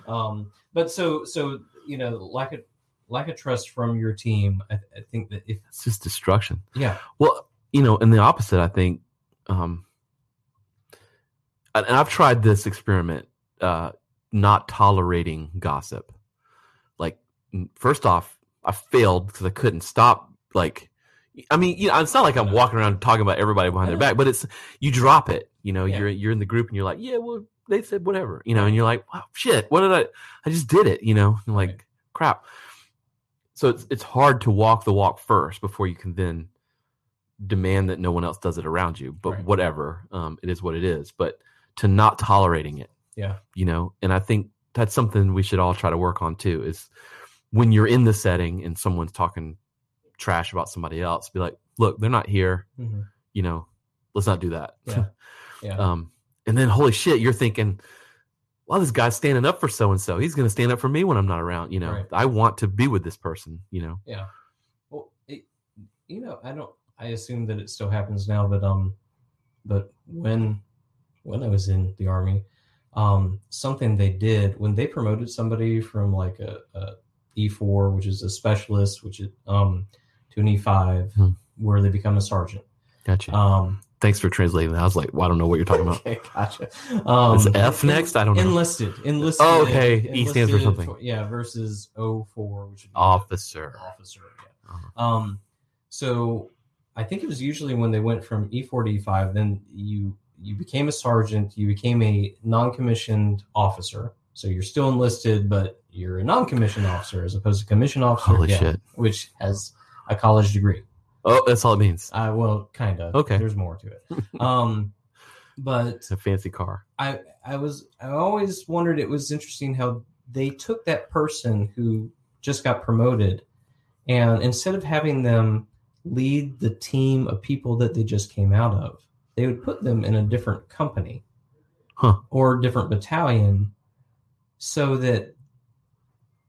[SPEAKER 3] um, but so so you know lack of lack of trust from your team. I, I think that if
[SPEAKER 2] It's just destruction.
[SPEAKER 3] yeah
[SPEAKER 2] Well, you know, and the opposite, I think. Um, and and I've tried this experiment, uh, not tolerating gossip. Like, n- first off, I failed because I couldn't stop. Like, I mean, you know, it's not like I'm walking around talking about everybody behind their back, but it's you drop it. You know,
[SPEAKER 3] Yeah.
[SPEAKER 2] you're you're in the group and you're like, yeah, well, they said whatever. You know, and you're like, wow, shit, what did I? I just did it. You know, and like
[SPEAKER 3] Right.
[SPEAKER 2] crap. So it's it's hard to walk the walk first before you can then demand that no one else does it around you but
[SPEAKER 3] Right.
[SPEAKER 2] whatever um, it is what it is but to not tolerating it
[SPEAKER 3] Yeah.
[SPEAKER 2] you know and i think that's something we should all try to work on too is when you're in the setting and someone's talking trash about somebody else be like look they're not here
[SPEAKER 3] Mhm.
[SPEAKER 2] you know let's not do that [laughs]
[SPEAKER 3] Yeah. yeah
[SPEAKER 2] um, and then holy shit you're thinking well this guy's standing up for so and so he's going to stand up for me when i'm not around you know
[SPEAKER 3] Right.
[SPEAKER 2] i want to be with this person you know
[SPEAKER 3] well it, you know I don't I assume that it still happens now but um but when when I was in the army um something they did when they promoted somebody from like a, a E4 which is a specialist which is um to an E5
[SPEAKER 2] Hmm.
[SPEAKER 3] where they become a sergeant
[SPEAKER 2] gotcha [laughs]
[SPEAKER 3] um
[SPEAKER 2] thanks for translating that i was like well, i don't know what you're talking
[SPEAKER 3] [laughs]
[SPEAKER 2] about
[SPEAKER 3] Okay, gotcha. Um,
[SPEAKER 2] Is F next? I don't know.
[SPEAKER 3] Enlisted, enlisted.
[SPEAKER 2] Oh, okay. E stands for
[SPEAKER 3] enlisted
[SPEAKER 2] something.
[SPEAKER 3] yeah, versus O four, which would be
[SPEAKER 2] officer
[SPEAKER 3] Officer. Yeah.
[SPEAKER 2] Uh-huh.
[SPEAKER 3] Um, so I think it was usually when they went from E four to E five, then you you became a sergeant, you became a non commissioned officer. So you're still enlisted, but you're a non commissioned officer as opposed to commissioned officer,
[SPEAKER 2] Holy
[SPEAKER 3] yeah,
[SPEAKER 2] shit.
[SPEAKER 3] which has a college degree.
[SPEAKER 2] Oh, that's all it means.
[SPEAKER 3] Uh, well, kind of.
[SPEAKER 2] Okay.
[SPEAKER 3] There's more to it. [laughs] Um, but
[SPEAKER 2] It's a fancy car.
[SPEAKER 3] I I was I always wondered it was interesting how they took that person who just got promoted and instead of having them lead the team of people that they just came out of, they would put them in a different company
[SPEAKER 2] Huh.
[SPEAKER 3] or different battalion so that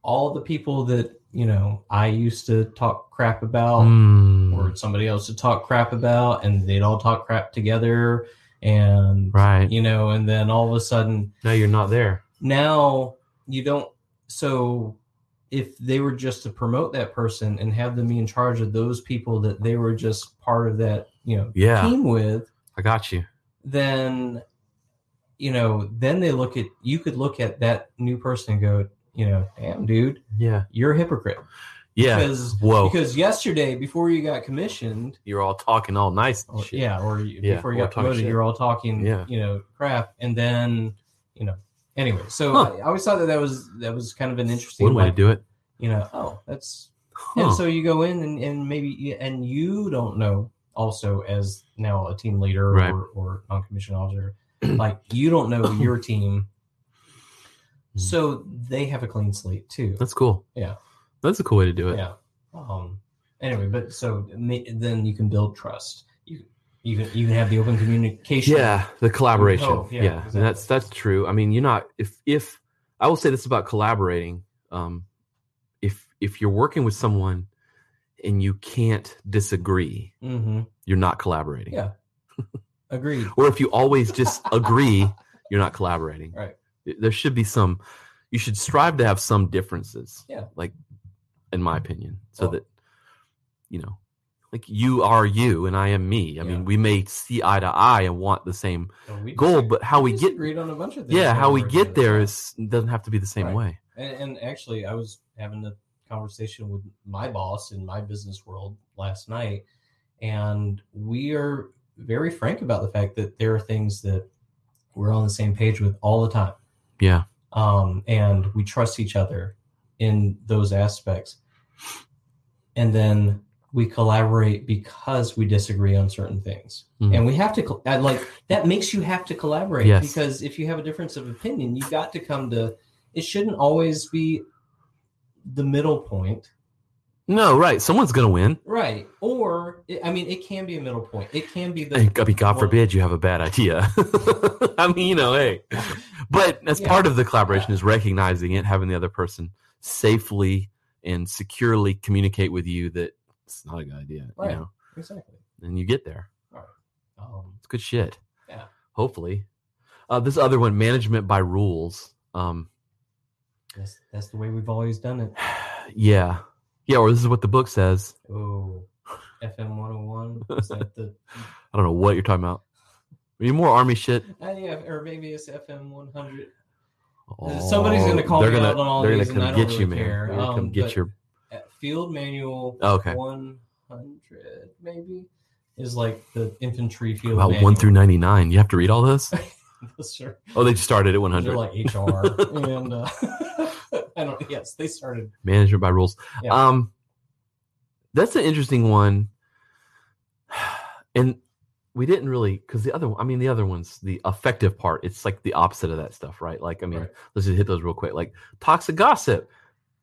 [SPEAKER 3] all the people that, you know, I used to talk crap about
[SPEAKER 2] Mm,
[SPEAKER 3] Oh. or somebody else to talk crap about and they'd all talk crap together and
[SPEAKER 2] right.
[SPEAKER 3] you know and then all of a sudden
[SPEAKER 2] Now you're not there.
[SPEAKER 3] now you don't so if they were just to promote that person and have them be in charge of those people that they were just part of that you know
[SPEAKER 2] Yeah,
[SPEAKER 3] team with
[SPEAKER 2] I got you.
[SPEAKER 3] then you know then they look at you could look at that new person and go you know damn dude
[SPEAKER 2] Yeah.
[SPEAKER 3] you're a hypocrite
[SPEAKER 2] Yeah. Oh.
[SPEAKER 3] because
[SPEAKER 2] Whoa.
[SPEAKER 3] because yesterday before you got commissioned
[SPEAKER 2] You're all talking all nice. and
[SPEAKER 3] or,
[SPEAKER 2] shit.
[SPEAKER 3] Oh, yeah or you,
[SPEAKER 2] Yeah,
[SPEAKER 3] before you
[SPEAKER 2] or
[SPEAKER 3] got
[SPEAKER 2] talking
[SPEAKER 3] promoted
[SPEAKER 2] shit.
[SPEAKER 3] you're all talking
[SPEAKER 2] Yeah.
[SPEAKER 3] you know crap and then you know anyway so
[SPEAKER 2] Huh.
[SPEAKER 3] I, I always thought that that was that was kind of an interesting
[SPEAKER 2] One way to
[SPEAKER 3] like,
[SPEAKER 2] do it.
[SPEAKER 3] you know oh that's
[SPEAKER 2] Huh.
[SPEAKER 3] and so you go in and, and maybe you- and you don't know also as now a team leader
[SPEAKER 2] Right.
[SPEAKER 3] or, or non-commissioned
[SPEAKER 2] [clears throat]
[SPEAKER 3] officer like you don't know your team
[SPEAKER 2] Mm.
[SPEAKER 3] so they have a clean slate too
[SPEAKER 2] That's cool.
[SPEAKER 3] Yeah.
[SPEAKER 2] That's a cool way to do it.
[SPEAKER 3] yeah um anyway but so ma- then you can build trust you you can you can have the open communication
[SPEAKER 2] Yeah, the collaboration.
[SPEAKER 3] Oh, yeah,
[SPEAKER 2] yeah, and
[SPEAKER 3] exactly.
[SPEAKER 2] that's that's true. I mean, you're not if if I will say this about collaborating. Um, if if you're working with someone and you can't disagree, [laughs]
[SPEAKER 3] mm-hmm.
[SPEAKER 2] you're not collaborating.
[SPEAKER 3] Yeah. agreed
[SPEAKER 2] or if you always just agree, you're not collaborating.
[SPEAKER 3] Right.
[SPEAKER 2] There should be some. You should strive to have some differences.
[SPEAKER 3] Yeah.
[SPEAKER 2] Like, in my opinion, so
[SPEAKER 3] Oh.
[SPEAKER 2] that you know, like you are you and I am me. I
[SPEAKER 3] Yeah.
[SPEAKER 2] mean, we may see eye to eye and want the same
[SPEAKER 3] So we
[SPEAKER 2] goal,
[SPEAKER 3] disagree-
[SPEAKER 2] but how we get
[SPEAKER 3] disagreed on a bunch of things
[SPEAKER 2] yeah, how we
[SPEAKER 3] over
[SPEAKER 2] get there
[SPEAKER 3] yeah.
[SPEAKER 2] is doesn't have to be the same
[SPEAKER 3] Right.
[SPEAKER 2] way.
[SPEAKER 3] And, and actually, I was having a conversation with my boss in my business world last night, and we are very frank about the fact that there are things that we're on the same page with all the time,
[SPEAKER 2] Yeah,
[SPEAKER 3] um, and we trust each other in those aspects. And then we collaborate because we disagree on certain things,
[SPEAKER 2] Mhm.
[SPEAKER 3] and we have to col- and, like that makes you have to collaborate
[SPEAKER 2] Yes.
[SPEAKER 3] because if you have a difference of opinion, you got to come to. It shouldn't always be the middle point,
[SPEAKER 2] No, right. Someone's gonna win.
[SPEAKER 3] right? Or it, I mean, it can be a middle point. It can be the
[SPEAKER 2] I mean, God
[SPEAKER 3] Well-
[SPEAKER 2] forbid you have a bad idea. [laughs] I mean, you know, hey. But that's
[SPEAKER 3] Yeah.
[SPEAKER 2] part of the collaboration is recognizing it, having the other person safely and securely communicate with you that it's not a good idea.
[SPEAKER 3] Right.
[SPEAKER 2] You know,
[SPEAKER 3] exactly.
[SPEAKER 2] and you get there.
[SPEAKER 3] Um,
[SPEAKER 2] It's good shit.
[SPEAKER 3] Yeah.
[SPEAKER 2] Hopefully. Uh, this other one, management by rules. Um,
[SPEAKER 3] that's that's the way we've always done it.
[SPEAKER 2] yeah. Yeah, or this is what the book says.
[SPEAKER 3] Oh, FM one hundred and one. Is that the? [laughs]
[SPEAKER 2] I don't know what you're talking about. Are you more army shit?
[SPEAKER 3] I think, I've- or maybe it's FM one hundred. Somebody's gonna call
[SPEAKER 2] Oh, they're
[SPEAKER 3] me
[SPEAKER 2] gonna,
[SPEAKER 3] out on all
[SPEAKER 2] they're
[SPEAKER 3] these
[SPEAKER 2] gonna
[SPEAKER 3] and
[SPEAKER 2] come
[SPEAKER 3] I don't
[SPEAKER 2] get you,
[SPEAKER 3] really
[SPEAKER 2] man.
[SPEAKER 3] care.
[SPEAKER 2] They're gonna come
[SPEAKER 3] Um,
[SPEAKER 2] get
[SPEAKER 3] but-
[SPEAKER 2] your
[SPEAKER 3] at Field Manual
[SPEAKER 2] Oh, okay.
[SPEAKER 3] 100, maybe, is like the infantry field
[SPEAKER 2] about
[SPEAKER 3] manual.
[SPEAKER 2] one through ninety nine. You have to read all this.
[SPEAKER 3] [laughs] Those are-
[SPEAKER 2] Oh, they just started at one
[SPEAKER 3] those are
[SPEAKER 2] hundred. [laughs]
[SPEAKER 3] like HR. and uh, [laughs] I don't, yes, they started.
[SPEAKER 2] Management by rules.
[SPEAKER 3] Yeah.
[SPEAKER 2] Um, that's an interesting one, and we didn't really because the other. one- I mean, the other one's the affective part. It's like the opposite of that stuff, right? Like, I mean,
[SPEAKER 3] Right.
[SPEAKER 2] let's just hit those real quick. Like toxic gossip,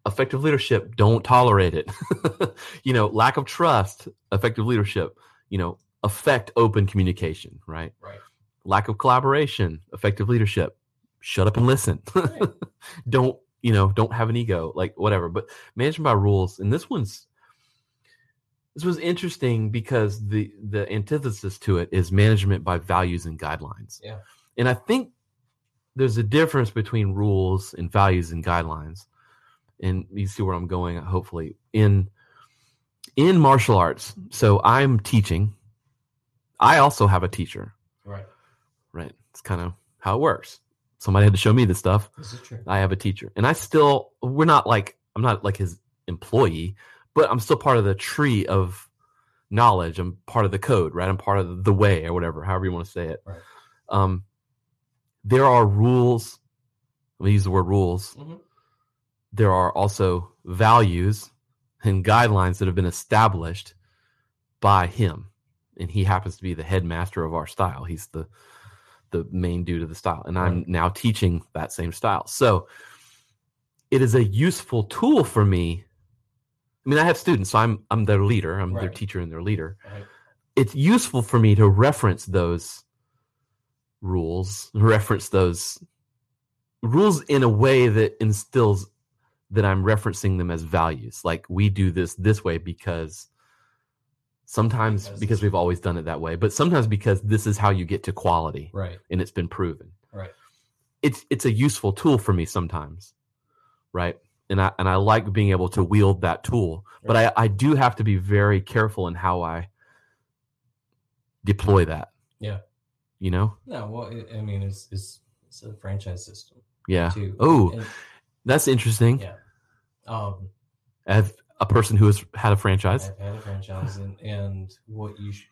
[SPEAKER 2] effective leadership. Don't tolerate it. [laughs] you know, lack of trust, effective leadership. You know, affect open communication, right?
[SPEAKER 3] Right.
[SPEAKER 2] lack of collaboration, effective leadership, shut up and listen. [laughs]
[SPEAKER 3] Right.
[SPEAKER 2] don't, you know, don't have an ego, like whatever. But management by rules, and this one's this was interesting because the the antithesis to it is management by values and guidelines.
[SPEAKER 3] Yeah.
[SPEAKER 2] And I think there's a difference between rules and values and guidelines. And you see where I'm going, hopefully. In in martial arts, so I'm teaching. I also have a teacher
[SPEAKER 3] Right.
[SPEAKER 2] right? It's kind of how it works. Somebody had to show me this stuff.
[SPEAKER 3] This is true.
[SPEAKER 2] I have a teacher, and I still we're not like I'm not like his employee, but I'm still part of the tree of knowledge. I'm part of the code, right? I'm part of the way or whatever, however you want to say it.
[SPEAKER 3] Right.
[SPEAKER 2] Um, there are rules. Let me use the word rules.
[SPEAKER 3] Mhm.
[SPEAKER 2] There are also values and guidelines that have been established by him, and he happens to be the headmaster of our style. He's the the main dude of the style, and I'm
[SPEAKER 3] Right.
[SPEAKER 2] now teaching that same style. So it is a useful tool for me. I mean, I have students, so I'm I'm their leader. I'm their
[SPEAKER 3] Right.
[SPEAKER 2] teacher and their leader
[SPEAKER 3] Right.
[SPEAKER 2] it's useful for me to reference those rules, reference those rules in a way that instills that I'm referencing them as values. Like we do this this way because sometimes
[SPEAKER 3] Because-
[SPEAKER 2] because we've always done it that way, but sometimes because this is how you get to quality
[SPEAKER 3] Right.
[SPEAKER 2] and it's been proven.
[SPEAKER 3] Right.
[SPEAKER 2] It's it's a useful tool for me sometimes, right? And I and I like being able to wield that tool, but I I do have to be very careful in how I deploy that.
[SPEAKER 3] Yeah.
[SPEAKER 2] You know.
[SPEAKER 3] No, well, it, I mean, it's, it's, it's a franchise system,
[SPEAKER 2] Yeah.
[SPEAKER 3] too.
[SPEAKER 2] Oh.
[SPEAKER 3] And,
[SPEAKER 2] That's interesting.
[SPEAKER 3] Yeah. um,
[SPEAKER 2] As a person who has had a franchise.
[SPEAKER 3] I've had a franchise, and, and what you should,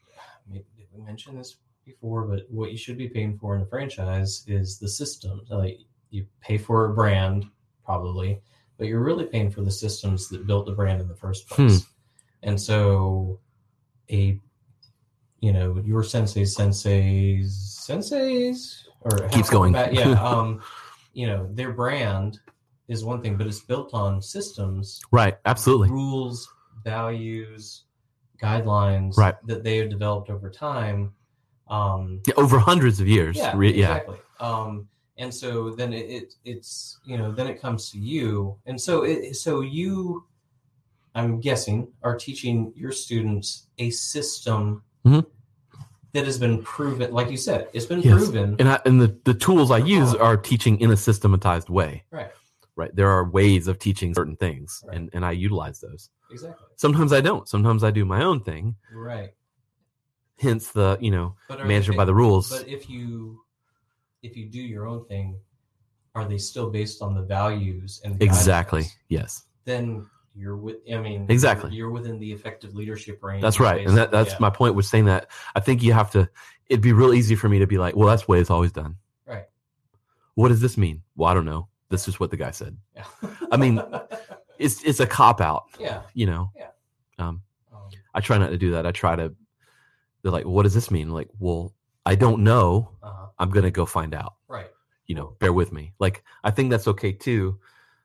[SPEAKER 3] maybe did we mention this before, but what you should be paying for in a franchise is the system. Like you pay for a brand, probably, but you're really paying for the systems that built the brand in the first
[SPEAKER 2] Hmm.
[SPEAKER 3] place. And so, a you know your sensei's sensei's sensei's or
[SPEAKER 2] Keeps going.
[SPEAKER 3] yeah.
[SPEAKER 2] [laughs]
[SPEAKER 3] Um, you know their brand is one thing, but it's built on systems
[SPEAKER 2] Right. Absolutely.
[SPEAKER 3] rules, values, guidelines
[SPEAKER 2] Right.
[SPEAKER 3] that they have developed over time. Um,
[SPEAKER 2] Yeah, over hundreds of years.
[SPEAKER 3] yeah,
[SPEAKER 2] Re- yeah.
[SPEAKER 3] exactly. Um, and so then it, it it's you know then it comes to you, and so it so you, I'm guessing, are teaching your students a system
[SPEAKER 2] Mhm.
[SPEAKER 3] that has been proven, like you said, it's been
[SPEAKER 2] Yes.
[SPEAKER 3] proven.
[SPEAKER 2] And I, and the, the tools I use are teaching in a systematized way.
[SPEAKER 3] Right.
[SPEAKER 2] Right. There are ways of teaching certain things,
[SPEAKER 3] Right.
[SPEAKER 2] and, and I utilize those.
[SPEAKER 3] Exactly.
[SPEAKER 2] sometimes i don't sometimes i do my own thing
[SPEAKER 3] Right.
[SPEAKER 2] hence the you know
[SPEAKER 3] But are
[SPEAKER 2] management by
[SPEAKER 3] they-
[SPEAKER 2] the rules
[SPEAKER 3] But if you if you do your own thing, are they still based on the values and the
[SPEAKER 2] exactly
[SPEAKER 3] guidelines?
[SPEAKER 2] yes
[SPEAKER 3] Then you're with. I mean,
[SPEAKER 2] Exactly.
[SPEAKER 3] You're within the effective leadership range.
[SPEAKER 2] that's right and that, that's
[SPEAKER 3] Yeah,
[SPEAKER 2] my point with saying that i think you have to it'd be real easy for me to be like well that's the way it's always done
[SPEAKER 3] Right.
[SPEAKER 2] what does this mean well i don't know this is what the guy said
[SPEAKER 3] yeah.
[SPEAKER 2] I mean- it's it's a cop out
[SPEAKER 3] yeah. [laughs]
[SPEAKER 2] you know
[SPEAKER 3] Yeah.
[SPEAKER 2] um
[SPEAKER 3] Um,
[SPEAKER 2] I try not to do that. I try to. They're like, "What does this mean?" Like, well, I don't know.
[SPEAKER 3] Uh-huh.
[SPEAKER 2] I'm gonna go find out.
[SPEAKER 3] Right.
[SPEAKER 2] You know, bear with me. Like, I think that's okay too.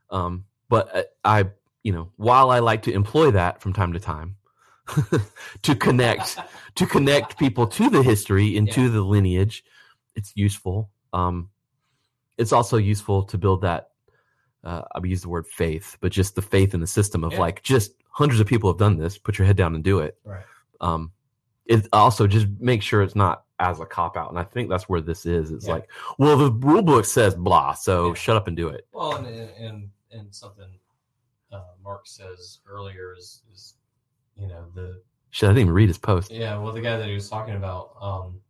[SPEAKER 2] Um, but I, I, you know, while I like to employ that from time to time [laughs] to connect to connect people to the history and
[SPEAKER 3] Yeah.
[SPEAKER 2] to the lineage. It's useful. Um, it's also useful to build that. Uh, I would use the word faith, but just the faith in the system of
[SPEAKER 3] Yeah.
[SPEAKER 2] like just hundreds of people have done this. Put your head down and do it.
[SPEAKER 3] [laughs] Right.
[SPEAKER 2] Um, it also just make sure it's not as a cop out, and I think that's where this is. It's
[SPEAKER 3] Yeah.
[SPEAKER 2] like, well, the rule book says blah, so
[SPEAKER 3] Yeah.
[SPEAKER 2] shut up and do it.
[SPEAKER 3] Well, and and and, and something uh, Mark says earlier is is you know the
[SPEAKER 2] Shit, I didn't even read his post.
[SPEAKER 3] yeah well the guy that he was talking about um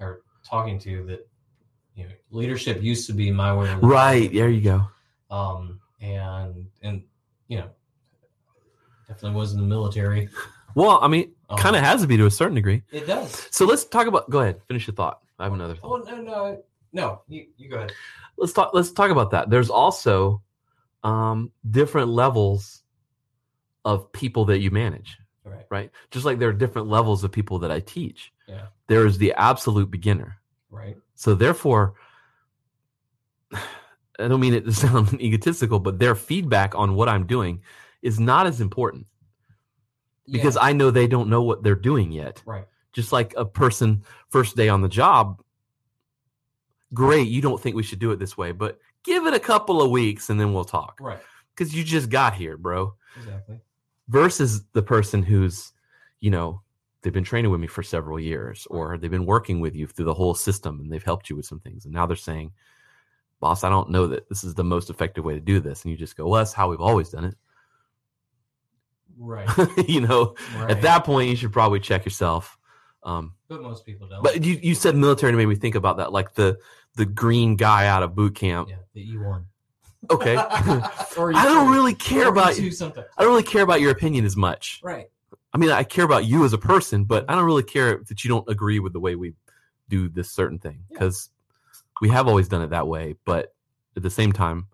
[SPEAKER 3] or talking to that you know leadership used to be my way of life.
[SPEAKER 2] Right there, you go.
[SPEAKER 3] um and and you know definitely was in the military
[SPEAKER 2] Well, I mean,
[SPEAKER 3] Um,
[SPEAKER 2] kind of has to be to a certain degree.
[SPEAKER 3] it does
[SPEAKER 2] So let's talk about. Go ahead, finish your thought. I have another thought.
[SPEAKER 3] oh no no no you, you go ahead
[SPEAKER 2] Let's talk. Let's talk about that. There's also um, different levels of people that you manage,
[SPEAKER 3] all right
[SPEAKER 2] right? Just like there are different levels of people that I teach.
[SPEAKER 3] Yeah.
[SPEAKER 2] There is the absolute beginner.
[SPEAKER 3] right
[SPEAKER 2] So therefore, I don't mean it to [laughs] sound egotistical, but their feedback on what I'm doing is not as important because I know they don't know what they're doing yet.
[SPEAKER 3] right
[SPEAKER 2] just like a person first day on the job great you don't think we should do it this way but give it a couple of weeks and then we'll talk
[SPEAKER 3] right
[SPEAKER 2] because you just got here bro
[SPEAKER 3] exactly
[SPEAKER 2] versus the person who's you know they've been training with me for several years or they've been working with you through the whole system and they've helped you with some things and now they're saying boss i don't know that this is the most effective way to do this and you just go well that's how we've always done [laughs]
[SPEAKER 3] right
[SPEAKER 2] it you know
[SPEAKER 3] right
[SPEAKER 2] at that point you should probably check yourself um,
[SPEAKER 3] but most people don't
[SPEAKER 2] But you, you said military and made me think about that, like the the green guy out of boot camp.
[SPEAKER 3] yeah the e1 [laughs]
[SPEAKER 2] Okay, [laughs] I
[SPEAKER 3] or
[SPEAKER 2] don't really care about
[SPEAKER 3] you
[SPEAKER 2] you.
[SPEAKER 3] something
[SPEAKER 2] I don't really care about your opinion as much.
[SPEAKER 3] right
[SPEAKER 2] I mean, I care about you as a person, but I don't really care that you don't agree with the way we do this certain thing
[SPEAKER 3] Yeah.
[SPEAKER 2] because we have always done it that way. But at the same time,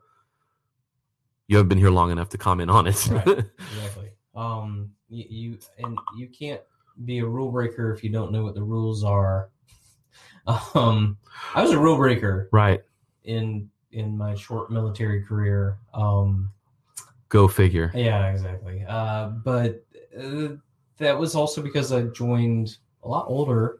[SPEAKER 2] you haven't been here long enough to comment on it.
[SPEAKER 3] Right. exactly um you, you and you can't be a rule breaker if you don't know what the rules are [laughs] um i was a rule breaker
[SPEAKER 2] [laughs] right.
[SPEAKER 3] in in my short military career um
[SPEAKER 2] Go figure.
[SPEAKER 3] yeah exactly uh but uh, that was also because i joined a lot older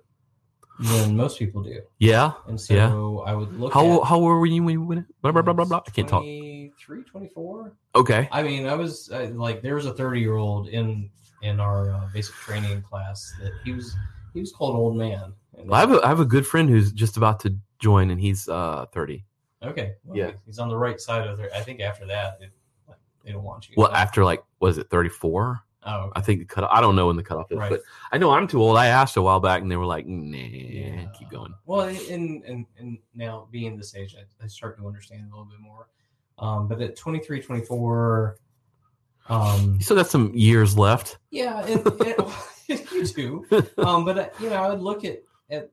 [SPEAKER 3] than most people do
[SPEAKER 2] Yeah.
[SPEAKER 3] and so i would look
[SPEAKER 2] How
[SPEAKER 3] at
[SPEAKER 2] how old were you when you went? in? Blah blah blah blah blah. I can't talk.
[SPEAKER 3] 23 24
[SPEAKER 2] Okay.
[SPEAKER 3] I mean, I was uh, like, there was a thirty-year-old in in our uh, basic training class that he was he was called old man. And
[SPEAKER 2] Well, I have a, I have a good friend who's just about to join, and he's uh, thirty.
[SPEAKER 3] okay, well,
[SPEAKER 2] Yeah.
[SPEAKER 3] he's on the right side of there. I think after that, it, like, they don't want you.
[SPEAKER 2] Well, after like was it thirty four?
[SPEAKER 3] oh, okay.
[SPEAKER 2] I think the cut. I don't know when the cutoff is,
[SPEAKER 3] Right.
[SPEAKER 2] but I know I'm too old. I asked a while back, and they were like, "Nah,
[SPEAKER 3] Yeah.
[SPEAKER 2] keep going."
[SPEAKER 3] Well, and and and now being this age, I, I start to understand a little bit more. Um, but at 23, 24, um,
[SPEAKER 2] You still got some years left. [laughs]
[SPEAKER 3] Yeah, and, [laughs] and you do. Um, but uh, you know, I would look at at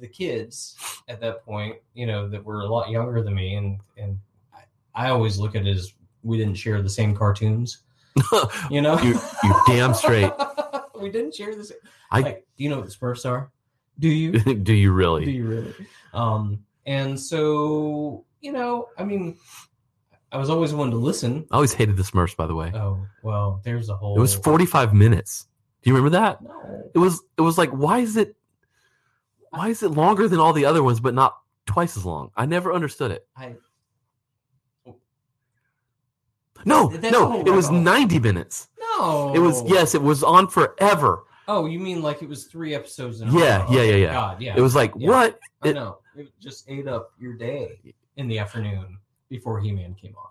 [SPEAKER 3] the kids at that point. You know, that were a lot younger than me, and and I, I always look at it as we didn't share the same
[SPEAKER 2] [laughs]
[SPEAKER 3] cartoons. You know,
[SPEAKER 2] You- you damn straight.
[SPEAKER 3] [laughs] we didn't share the same.
[SPEAKER 2] I-
[SPEAKER 3] like, do you know what the Smurfs are? Do
[SPEAKER 2] [laughs]
[SPEAKER 3] you?
[SPEAKER 2] Do you
[SPEAKER 3] Do
[SPEAKER 2] really?
[SPEAKER 3] you really? Um, and so you know, I mean, I was always one to listen.
[SPEAKER 2] I always hated the Smurfs. By the way,
[SPEAKER 3] Oh well, there's a whole.
[SPEAKER 2] it was 45 minutes. Do you remember that?
[SPEAKER 3] No.
[SPEAKER 2] It was. It was like, why is it? Why is it longer than all the other ones, but not twice as long? I never understood it.
[SPEAKER 3] I
[SPEAKER 2] No,
[SPEAKER 3] That's
[SPEAKER 2] no,
[SPEAKER 3] all
[SPEAKER 2] it was
[SPEAKER 3] wrong.
[SPEAKER 2] 90 minutes.
[SPEAKER 3] no.
[SPEAKER 2] It was yes, it was on forever.
[SPEAKER 3] Oh, you mean like it was three episodes in a
[SPEAKER 2] Yeah,
[SPEAKER 3] row.
[SPEAKER 2] yeah, yeah,
[SPEAKER 3] Okay,
[SPEAKER 2] yeah.
[SPEAKER 3] God, yeah.
[SPEAKER 2] It was like,
[SPEAKER 3] Yeah.
[SPEAKER 2] what?
[SPEAKER 3] I
[SPEAKER 2] it-
[SPEAKER 3] know. It just ate up your day in the afternoon before He Man came on.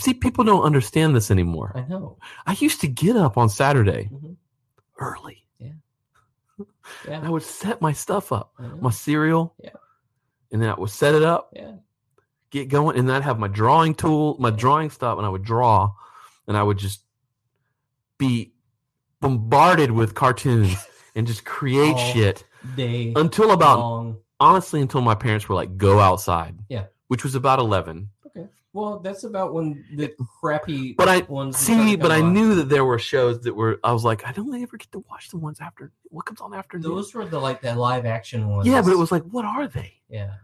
[SPEAKER 2] See, people don't understand this anymore.
[SPEAKER 3] I know.
[SPEAKER 2] I used to get up on Saturday
[SPEAKER 3] Mhm.
[SPEAKER 2] early [laughs] and
[SPEAKER 3] Yeah.
[SPEAKER 2] I would set my stuff up,
[SPEAKER 3] I know.
[SPEAKER 2] my cereal.
[SPEAKER 3] Yeah.
[SPEAKER 2] And then I would set it up,
[SPEAKER 3] yeah.
[SPEAKER 2] get going, and then I'd have my drawing tool, my drawing stuff, and I would draw and I would just be bombarded with
[SPEAKER 3] [laughs]
[SPEAKER 2] cartoons and just create
[SPEAKER 3] Oh.
[SPEAKER 2] shit
[SPEAKER 3] Day
[SPEAKER 2] until about
[SPEAKER 3] long.
[SPEAKER 2] honestly until my parents were like, go outside.
[SPEAKER 3] Yeah.
[SPEAKER 2] Which was about 11.
[SPEAKER 3] Okay. Well, that's about when the crappy
[SPEAKER 2] But I-
[SPEAKER 3] ones
[SPEAKER 2] See,
[SPEAKER 3] started
[SPEAKER 2] but I
[SPEAKER 3] coming on.
[SPEAKER 2] knew that there were shows that were. I was like, I don't ever get to watch the ones after. What comes on after
[SPEAKER 3] those were the like the live action ones.
[SPEAKER 2] Those yeah, but it was like, what are they?
[SPEAKER 3] yeah.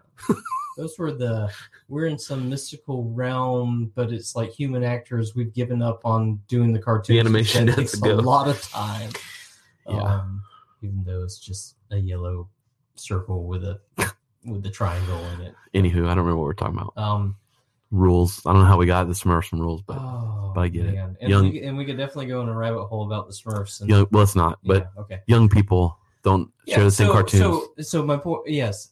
[SPEAKER 3] those were the we're in some mystical realm, but it's like human actors. We've given up on doing the cartoons.
[SPEAKER 2] animation
[SPEAKER 3] that
[SPEAKER 2] has
[SPEAKER 3] takes
[SPEAKER 2] to go.
[SPEAKER 3] a lot of time.
[SPEAKER 2] Yeah.
[SPEAKER 3] Um, even though it's just a yellow circle with a with a triangle in it.
[SPEAKER 2] Anywho, I don't remember what we're talking about.
[SPEAKER 3] Um,
[SPEAKER 2] Rules. I don't know how we got the Smurfs and rules, but
[SPEAKER 3] oh,
[SPEAKER 2] but I get it.
[SPEAKER 3] man. And,
[SPEAKER 2] Young-
[SPEAKER 3] we, and we could definitely go in a rabbit hole about the Smurfs. And,
[SPEAKER 2] young, well, it's not. But
[SPEAKER 3] yeah, okay.
[SPEAKER 2] young people don't
[SPEAKER 3] Yeah,
[SPEAKER 2] share the same
[SPEAKER 3] so,
[SPEAKER 2] cartoons.
[SPEAKER 3] So, so my point, yes,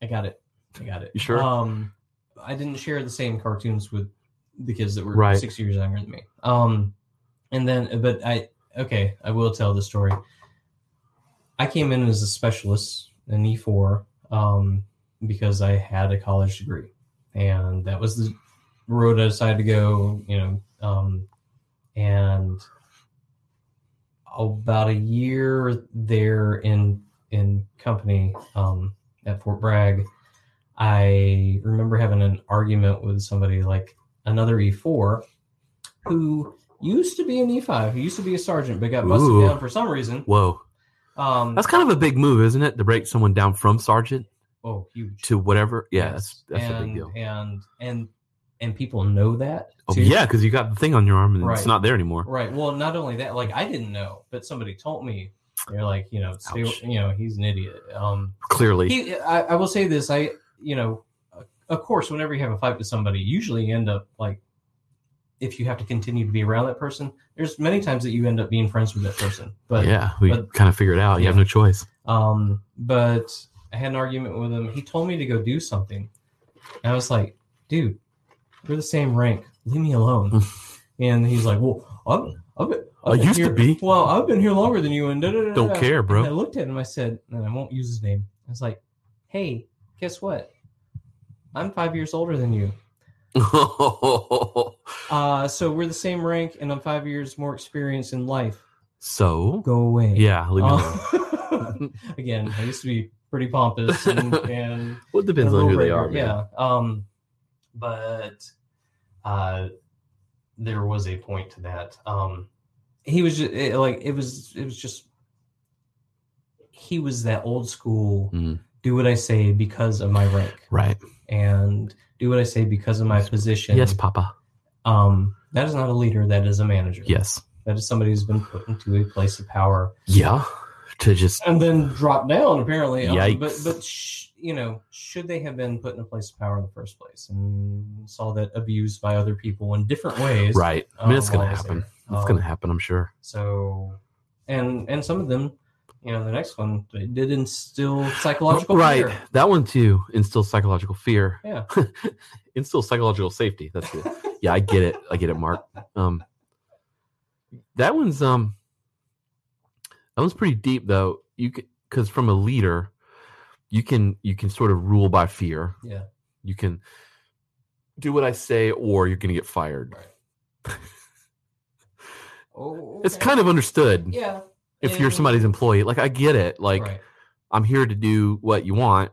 [SPEAKER 3] I got it. I got it.
[SPEAKER 2] You sure?
[SPEAKER 3] Um, I didn't share the same cartoons with the kids that were
[SPEAKER 2] Right.
[SPEAKER 3] six years younger than me. Um, and then, but I okay, I will tell the story. I came in as a specialist, an E four, um, because I had a college degree, and that was the road I decided to go. You know, um, and about a year there in in company um, at Fort Bragg, I remember having an argument with somebody like another E4 who used to be an E5, who used to be a sergeant, but got busted
[SPEAKER 2] Ooh.
[SPEAKER 3] down for some reason.
[SPEAKER 2] Whoa,
[SPEAKER 3] Um,
[SPEAKER 2] that's kind of a big move, isn't it? To break someone down from sergeant
[SPEAKER 3] oh huge.
[SPEAKER 2] to whatever. Yeah,
[SPEAKER 3] Yes.
[SPEAKER 2] that's, that's
[SPEAKER 3] and,
[SPEAKER 2] a big deal.
[SPEAKER 3] And and and people know that.
[SPEAKER 2] Oh,
[SPEAKER 3] too.
[SPEAKER 2] yeah, because you got the thing on your arm and
[SPEAKER 3] Right.
[SPEAKER 2] it's not there anymore.
[SPEAKER 3] Right. Well, not only that, like I didn't know, but somebody told me. They're like, you know, stay,
[SPEAKER 2] Ouch.
[SPEAKER 3] you know, he's an idiot. Um,
[SPEAKER 2] Clearly,
[SPEAKER 3] he, I, I will say this: I, you know, uh, of course, whenever you have a fight with somebody, you usually end up like, if you have to continue to be around that person, there's many times that you end up being friends with that person. But
[SPEAKER 2] yeah, we
[SPEAKER 3] but-
[SPEAKER 2] kind of figured it out. You have no choice. [laughs]
[SPEAKER 3] um, but I had an argument with him. He told me to go do something. And I was like, dude, we're the same rank. Leave
[SPEAKER 2] [laughs]
[SPEAKER 3] me alone. and he's like, well, I've, I've, been- I've
[SPEAKER 2] I
[SPEAKER 3] been
[SPEAKER 2] used to
[SPEAKER 3] here-
[SPEAKER 2] be.
[SPEAKER 3] Well, I've been here longer than you. And da, da, da, da,
[SPEAKER 2] Don't
[SPEAKER 3] da."
[SPEAKER 2] care,
[SPEAKER 3] And
[SPEAKER 2] bro.
[SPEAKER 3] I looked at him. I said, and I won't use his name. I was like, hey, guess what? I'm five years older than you. Uh, so we're the same rank, and I'm five years more experienced in life.
[SPEAKER 2] so
[SPEAKER 3] Go away.
[SPEAKER 2] yeah, leave me
[SPEAKER 3] Uh,
[SPEAKER 2] alone.
[SPEAKER 3] Um, [laughs] again, I used to be pretty
[SPEAKER 2] [laughs]
[SPEAKER 3] pompous and, and
[SPEAKER 2] Well, it depends
[SPEAKER 3] a
[SPEAKER 2] on
[SPEAKER 3] little
[SPEAKER 2] who they
[SPEAKER 3] braver,
[SPEAKER 2] are. man.
[SPEAKER 3] Yeah. Um, but uh, there was a point to that. Um, he was just, it, like, it was, it was just, he was that old school.
[SPEAKER 2] Mm.
[SPEAKER 3] Do what I say because of my rank,
[SPEAKER 2] Right.
[SPEAKER 3] and do what I say because of my position.
[SPEAKER 2] Yes, Papa.
[SPEAKER 3] Um, that is not a leader. That is a manager.
[SPEAKER 2] Yes.
[SPEAKER 3] That is somebody who's been put into a place of power
[SPEAKER 2] Yeah. To just
[SPEAKER 3] and then drop down apparently. Um,
[SPEAKER 2] Yikes.
[SPEAKER 3] but but sh- you know, should they have been put in a place of power in the first place and saw that abused by other people in different ways?
[SPEAKER 2] right. I mean,
[SPEAKER 3] um,
[SPEAKER 2] it's gonna
[SPEAKER 3] while I was
[SPEAKER 2] happen.
[SPEAKER 3] there.
[SPEAKER 2] It's
[SPEAKER 3] Um,
[SPEAKER 2] gonna happen. I'm sure.
[SPEAKER 3] So, and and some of them, you know, the next one they did instill psychological
[SPEAKER 2] right.
[SPEAKER 3] fear.
[SPEAKER 2] That one too instills psychological fear. [laughs]
[SPEAKER 3] Yeah.
[SPEAKER 2] instills psychological safety. That's good. yeah, I get it. I get it, Mark. Um, that one's um, that one's pretty deep though. You because from a leader, you can you can sort of rule by fear.
[SPEAKER 3] Yeah.
[SPEAKER 2] You can do what I say, or you're gonna get fired.
[SPEAKER 3] Oh,
[SPEAKER 2] It's kind of understood
[SPEAKER 3] yeah.
[SPEAKER 2] if you're somebody's employee. Like I get it. Like
[SPEAKER 3] right.
[SPEAKER 2] I'm here to do what you want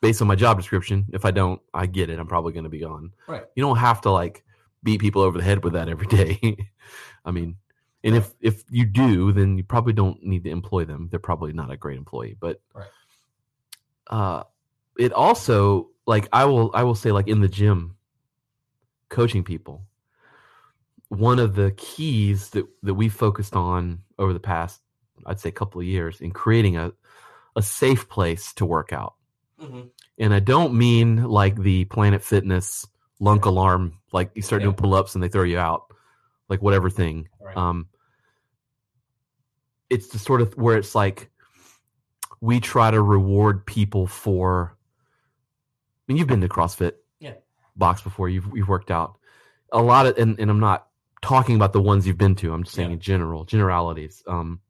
[SPEAKER 2] based on my job description. If I don't, I get it. I'm probably going to be gone.
[SPEAKER 3] Right.
[SPEAKER 2] You don't have to like beat people over the head with that every day. [laughs] I mean, and if if you do, then you probably don't need to employ them. They're probably not a great employee, but
[SPEAKER 3] Right.
[SPEAKER 2] uh it also like I will I will say like in the gym coaching people one of the keys that that we focused on over the past I'd say couple of years in creating a a safe place to work out.
[SPEAKER 3] Mhm.
[SPEAKER 2] And I don't mean like the Planet Fitness lunk alarm, like you start
[SPEAKER 3] Yeah.
[SPEAKER 2] doing pull ups and they throw you out, like whatever thing.
[SPEAKER 3] Right.
[SPEAKER 2] Um, it's the sort of where it's like we try to reward people for. I mean, you've been to CrossFit,
[SPEAKER 3] Yeah.
[SPEAKER 2] box before. You've you've worked out a lot of, and, and I'm not talking about the ones you've been to. I'm just saying
[SPEAKER 3] Yeah.
[SPEAKER 2] in general generalities. Um,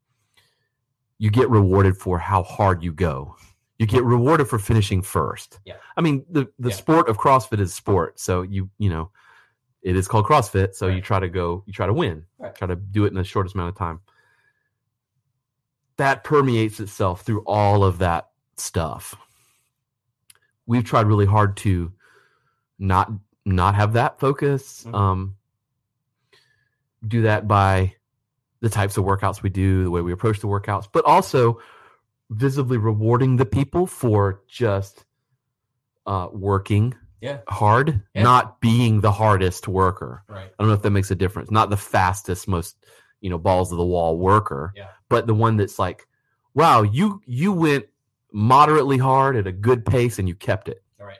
[SPEAKER 2] you get rewarded for how hard you go. You get rewarded for finishing first.
[SPEAKER 3] Yeah.
[SPEAKER 2] I mean, the the
[SPEAKER 3] Yeah.
[SPEAKER 2] sport of CrossFit is sport, so you you know, it is called CrossFit. So you
[SPEAKER 3] Right.
[SPEAKER 2] try to go, you try to win,
[SPEAKER 3] Right.
[SPEAKER 2] try to do it in the shortest amount of time. That permeates itself through all of that stuff. We've tried really hard to not not have that focus.
[SPEAKER 3] Mhm.
[SPEAKER 2] Um, do that by the types of workouts we do, the way we approach the workouts, but also visibly rewarding the people for just uh, working
[SPEAKER 3] Yeah.
[SPEAKER 2] hard,
[SPEAKER 3] Yeah.
[SPEAKER 2] not being the hardest worker.
[SPEAKER 3] Right.
[SPEAKER 2] I don't know if that makes a difference. Not the fastest, most you know balls to the wall worker,
[SPEAKER 3] Yeah.
[SPEAKER 2] but the one that's like, wow, you you went moderately hard at a good pace and you kept it,
[SPEAKER 3] Right.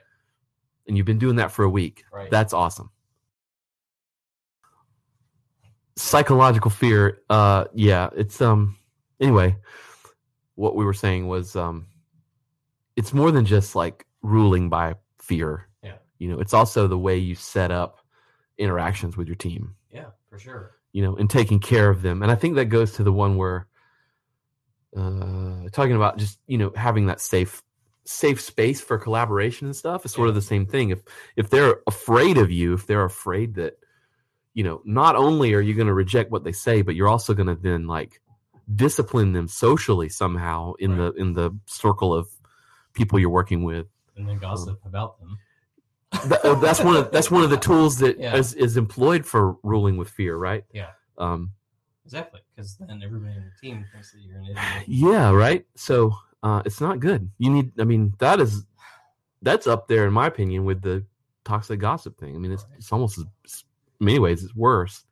[SPEAKER 2] and you've been doing that for a week.
[SPEAKER 3] Right.
[SPEAKER 2] That's awesome. Psychological fear, uh, yeah, it's um. Anyway, what we were saying was um, it's more than just like ruling by fear.
[SPEAKER 3] Yeah.
[SPEAKER 2] You know, it's also the way you set up interactions with your team
[SPEAKER 3] yeah, for sure.
[SPEAKER 2] you know, and taking care of them. And I think that goes to the one where uh, talking about just you know having that safe safe space for collaboration and stuff is sort of the same thing. If if they're afraid of you, if they're afraid that you know, not only are you going to reject what they say, but you're also going to then like discipline them socially somehow in the in the circle of people you're working
[SPEAKER 3] [laughs]
[SPEAKER 2] with.
[SPEAKER 3] And then gossip about them.
[SPEAKER 2] Th- that's one of that's one of the tools that is
[SPEAKER 3] Yeah.
[SPEAKER 2] is employed for ruling with fear, right?
[SPEAKER 3] Yeah.
[SPEAKER 2] Um,
[SPEAKER 3] Exactly, because then everybody on the team thinks that you're
[SPEAKER 2] [laughs]
[SPEAKER 3] an idiot.
[SPEAKER 2] Yeah, right. So uh, it's not good. You need. I mean, that is that's up there in my opinion with the toxic gossip thing. I mean, it's it's almost as, it's- in many ways it's worse.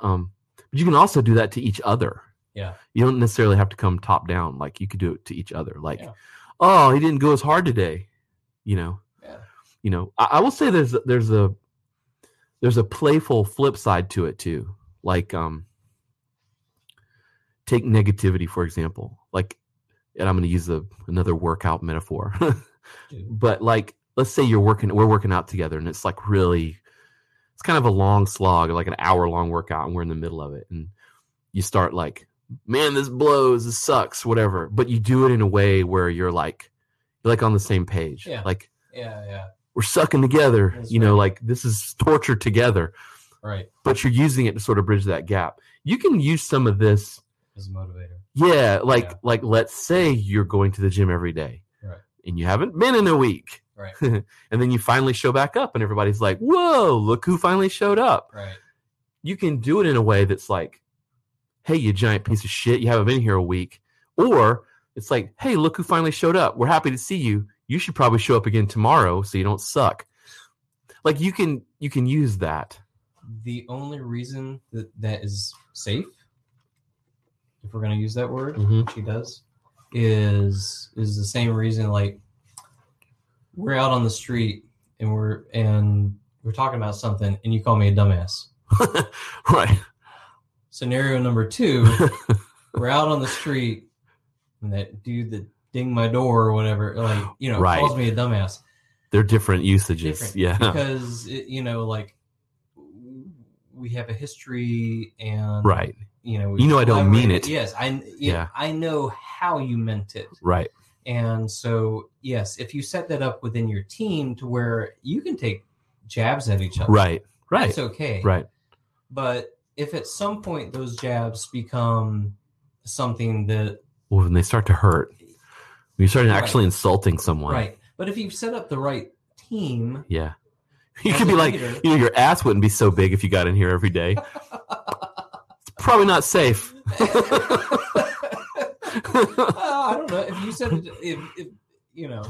[SPEAKER 2] Um, but you can also do that to each other.
[SPEAKER 3] Yeah.
[SPEAKER 2] You don't necessarily have to come top down. Like you could do it to each other. Like,
[SPEAKER 3] Yeah.
[SPEAKER 2] oh, he didn't go as hard today. You know.
[SPEAKER 3] Yeah.
[SPEAKER 2] You know. I, I will say there's there's a there's a playful flip side to it too. Like um take negativity for example. Like and I'm going to use a, another workout metaphor. [laughs]
[SPEAKER 3] Dude.
[SPEAKER 2] but like let's say you're working we're working out together and it's like really it's kind of a long slog, like an hour long workout and we're in the middle of it and you start like man this blows, this sucks, whatever. But you do it in a way where you're like you're like on the same page.
[SPEAKER 3] Yeah.
[SPEAKER 2] Like
[SPEAKER 3] Yeah, yeah,
[SPEAKER 2] we're sucking together
[SPEAKER 3] That's
[SPEAKER 2] you know
[SPEAKER 3] right.
[SPEAKER 2] like this is torture together
[SPEAKER 3] right.
[SPEAKER 2] but you're using it to sort of bridge that gap you can use some of this
[SPEAKER 3] As a motivator.
[SPEAKER 2] yeah like
[SPEAKER 3] Yeah.
[SPEAKER 2] like let's say you're going to the gym every day
[SPEAKER 3] Right.
[SPEAKER 2] and you haven't been in a week
[SPEAKER 3] Right.
[SPEAKER 2] [laughs] and then you finally show back up and everybody's like whoa look who finally showed up
[SPEAKER 3] Right.
[SPEAKER 2] you can do it in a way that's like hey you giant piece of shit you haven't been here a week or it's like hey look who finally showed up we're happy to see you you should probably show up again tomorrow so you don't suck like you can you can use that
[SPEAKER 3] The only reason that that is safe, if we're gonna use that word,
[SPEAKER 2] Mhm.
[SPEAKER 3] which he does, is is the same reason like we're out on the street and we're and we're talking about something and you call me a dumbass.
[SPEAKER 2] [laughs] right [laughs]
[SPEAKER 3] Scenario number two, we're out on the street and that dude that dinged my door or whatever, like you know,
[SPEAKER 2] Right.
[SPEAKER 3] calls me a dumbass.
[SPEAKER 2] they're different usages
[SPEAKER 3] Different,
[SPEAKER 2] yeah
[SPEAKER 3] because it, you know like we have a history
[SPEAKER 2] [laughs]
[SPEAKER 3] and
[SPEAKER 2] right
[SPEAKER 3] you know
[SPEAKER 2] You know I don't mean
[SPEAKER 3] collaborated.
[SPEAKER 2] it.
[SPEAKER 3] yes i
[SPEAKER 2] Yeah.
[SPEAKER 3] yeah i know how you meant it
[SPEAKER 2] right
[SPEAKER 3] and so yes if you set that up within your team to where you can take jabs at each other
[SPEAKER 2] right right
[SPEAKER 3] it's okay
[SPEAKER 2] right
[SPEAKER 3] but if at some point those jabs become something that
[SPEAKER 2] well, when they start to hurt when you start
[SPEAKER 3] Right.
[SPEAKER 2] actually insulting someone
[SPEAKER 3] right but if you've set up the right
[SPEAKER 2] [laughs]
[SPEAKER 3] team [laughs]
[SPEAKER 2] yeah you
[SPEAKER 3] as
[SPEAKER 2] could
[SPEAKER 3] a
[SPEAKER 2] be like
[SPEAKER 3] leader-
[SPEAKER 2] you know your ass wouldn't be so big if you got in here every
[SPEAKER 3] [laughs]
[SPEAKER 2] day it's probably not safe
[SPEAKER 3] Uh, I don't know if you said it. If, if you know,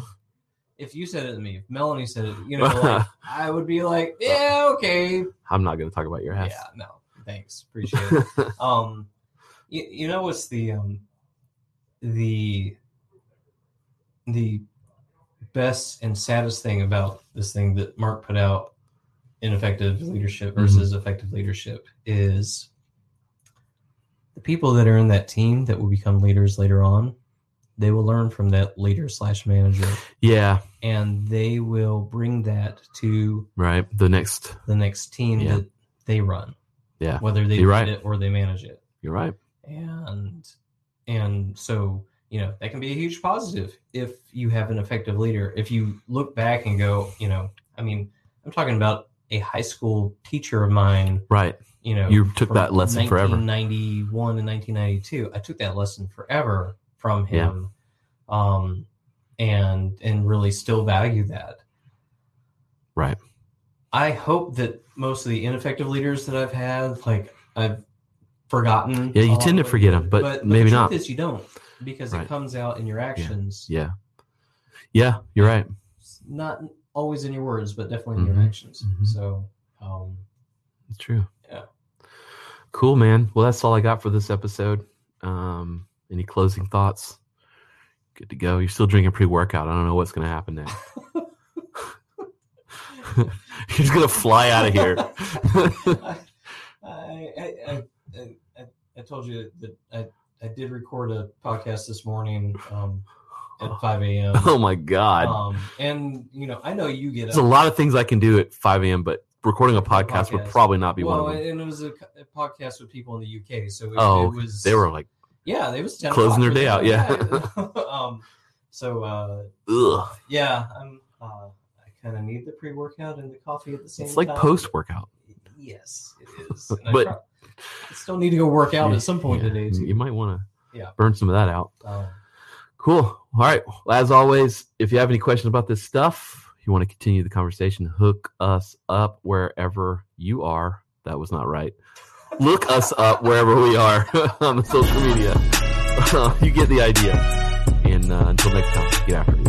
[SPEAKER 3] if you said it to me, if Melanie said it, you know, like, I would be like, yeah, okay,
[SPEAKER 2] [laughs] i'm not going to talk about your ass
[SPEAKER 3] yeah, no, thanks, appreciate it. um, you, you know what's the um, the the best and saddest thing about this thing that Mark put out, ineffective leadership versus effective leadership, is the people that are in that team that will become leaders later on. They will learn from that leader slash manager,
[SPEAKER 2] yeah
[SPEAKER 3] and they will bring that to
[SPEAKER 2] right the next
[SPEAKER 3] the next team
[SPEAKER 2] Yeah.
[SPEAKER 3] that they run.
[SPEAKER 2] Yeah,
[SPEAKER 3] Whether they
[SPEAKER 2] you're
[SPEAKER 3] lead
[SPEAKER 2] right.
[SPEAKER 3] it or they manage it.
[SPEAKER 2] you're right
[SPEAKER 3] And and so, you know, that can be a huge positive if you have an effective leader. If you look back and go, you know, I mean, I'm talking about a high school teacher of mine,
[SPEAKER 2] right
[SPEAKER 3] you know,
[SPEAKER 2] you took that lesson forever
[SPEAKER 3] 1991 and 1992. I took that lesson forever from him, um, and and really still value that.
[SPEAKER 2] Right.
[SPEAKER 3] I hope that most of the ineffective leaders that I've had, like I've forgotten.
[SPEAKER 2] Yeah, you
[SPEAKER 3] along
[SPEAKER 2] tend to
[SPEAKER 3] the
[SPEAKER 2] forget
[SPEAKER 3] way.
[SPEAKER 2] 'em, but
[SPEAKER 3] but
[SPEAKER 2] maybe
[SPEAKER 3] the
[SPEAKER 2] not.
[SPEAKER 3] Truth is you don't because
[SPEAKER 2] Right.
[SPEAKER 3] it comes out in your actions,
[SPEAKER 2] Yeah. Yeah, you're right.
[SPEAKER 3] not always in your words, but definitely in
[SPEAKER 2] Mhm,
[SPEAKER 3] your actions.
[SPEAKER 2] mhm.
[SPEAKER 3] So, um,
[SPEAKER 2] It's true.
[SPEAKER 3] Yeah.
[SPEAKER 2] Cool, man. Well, that's all I got for this episode. Um, any closing thoughts? Good to go. You're still drinking pre-workout. I don't know what's going to happen
[SPEAKER 3] [laughs]
[SPEAKER 2] next. [laughs] You're just going to fly out of here.
[SPEAKER 3] [laughs]
[SPEAKER 2] [laughs]
[SPEAKER 3] I, I, I, I, I, I told you that I, I did record a podcast this morning um, at 5 a.m.
[SPEAKER 2] [laughs] oh my god.
[SPEAKER 3] Um, and, you know, I know you get
[SPEAKER 2] There's a lot of things I can do at 5 a.m., but recording a podcast, would
[SPEAKER 3] Podcast.
[SPEAKER 2] probably not be
[SPEAKER 3] well,
[SPEAKER 2] one of them.
[SPEAKER 3] and it was a, co- a podcast with people in the UK. So it,
[SPEAKER 2] Oh,
[SPEAKER 3] it was.
[SPEAKER 2] They were like,
[SPEAKER 3] Yeah, they was 10
[SPEAKER 2] closing their
[SPEAKER 3] o'clock
[SPEAKER 2] day out,
[SPEAKER 3] for them.
[SPEAKER 2] [laughs]
[SPEAKER 3] [laughs] um, so, uh,
[SPEAKER 2] ugh.
[SPEAKER 3] yeah, I'm. Uh, I kind of need the pre workout and the coffee at the same time.
[SPEAKER 2] It's like post-workout.
[SPEAKER 3] Yes, it is. And I
[SPEAKER 2] But-
[SPEAKER 3] prob- I still need to go work out at some point
[SPEAKER 2] Yeah,
[SPEAKER 3] today.
[SPEAKER 2] you-
[SPEAKER 3] Too.
[SPEAKER 2] You might want to
[SPEAKER 3] Yeah.
[SPEAKER 2] burn some of that out.
[SPEAKER 3] Um,
[SPEAKER 2] Cool. All right. Well, as always, if you have any questions about this stuff, you want to continue the conversation, hook us up wherever you are. That was not right. Look us up wherever we are [laughs] on the social media. you get the idea. And uh, until next time, get after it.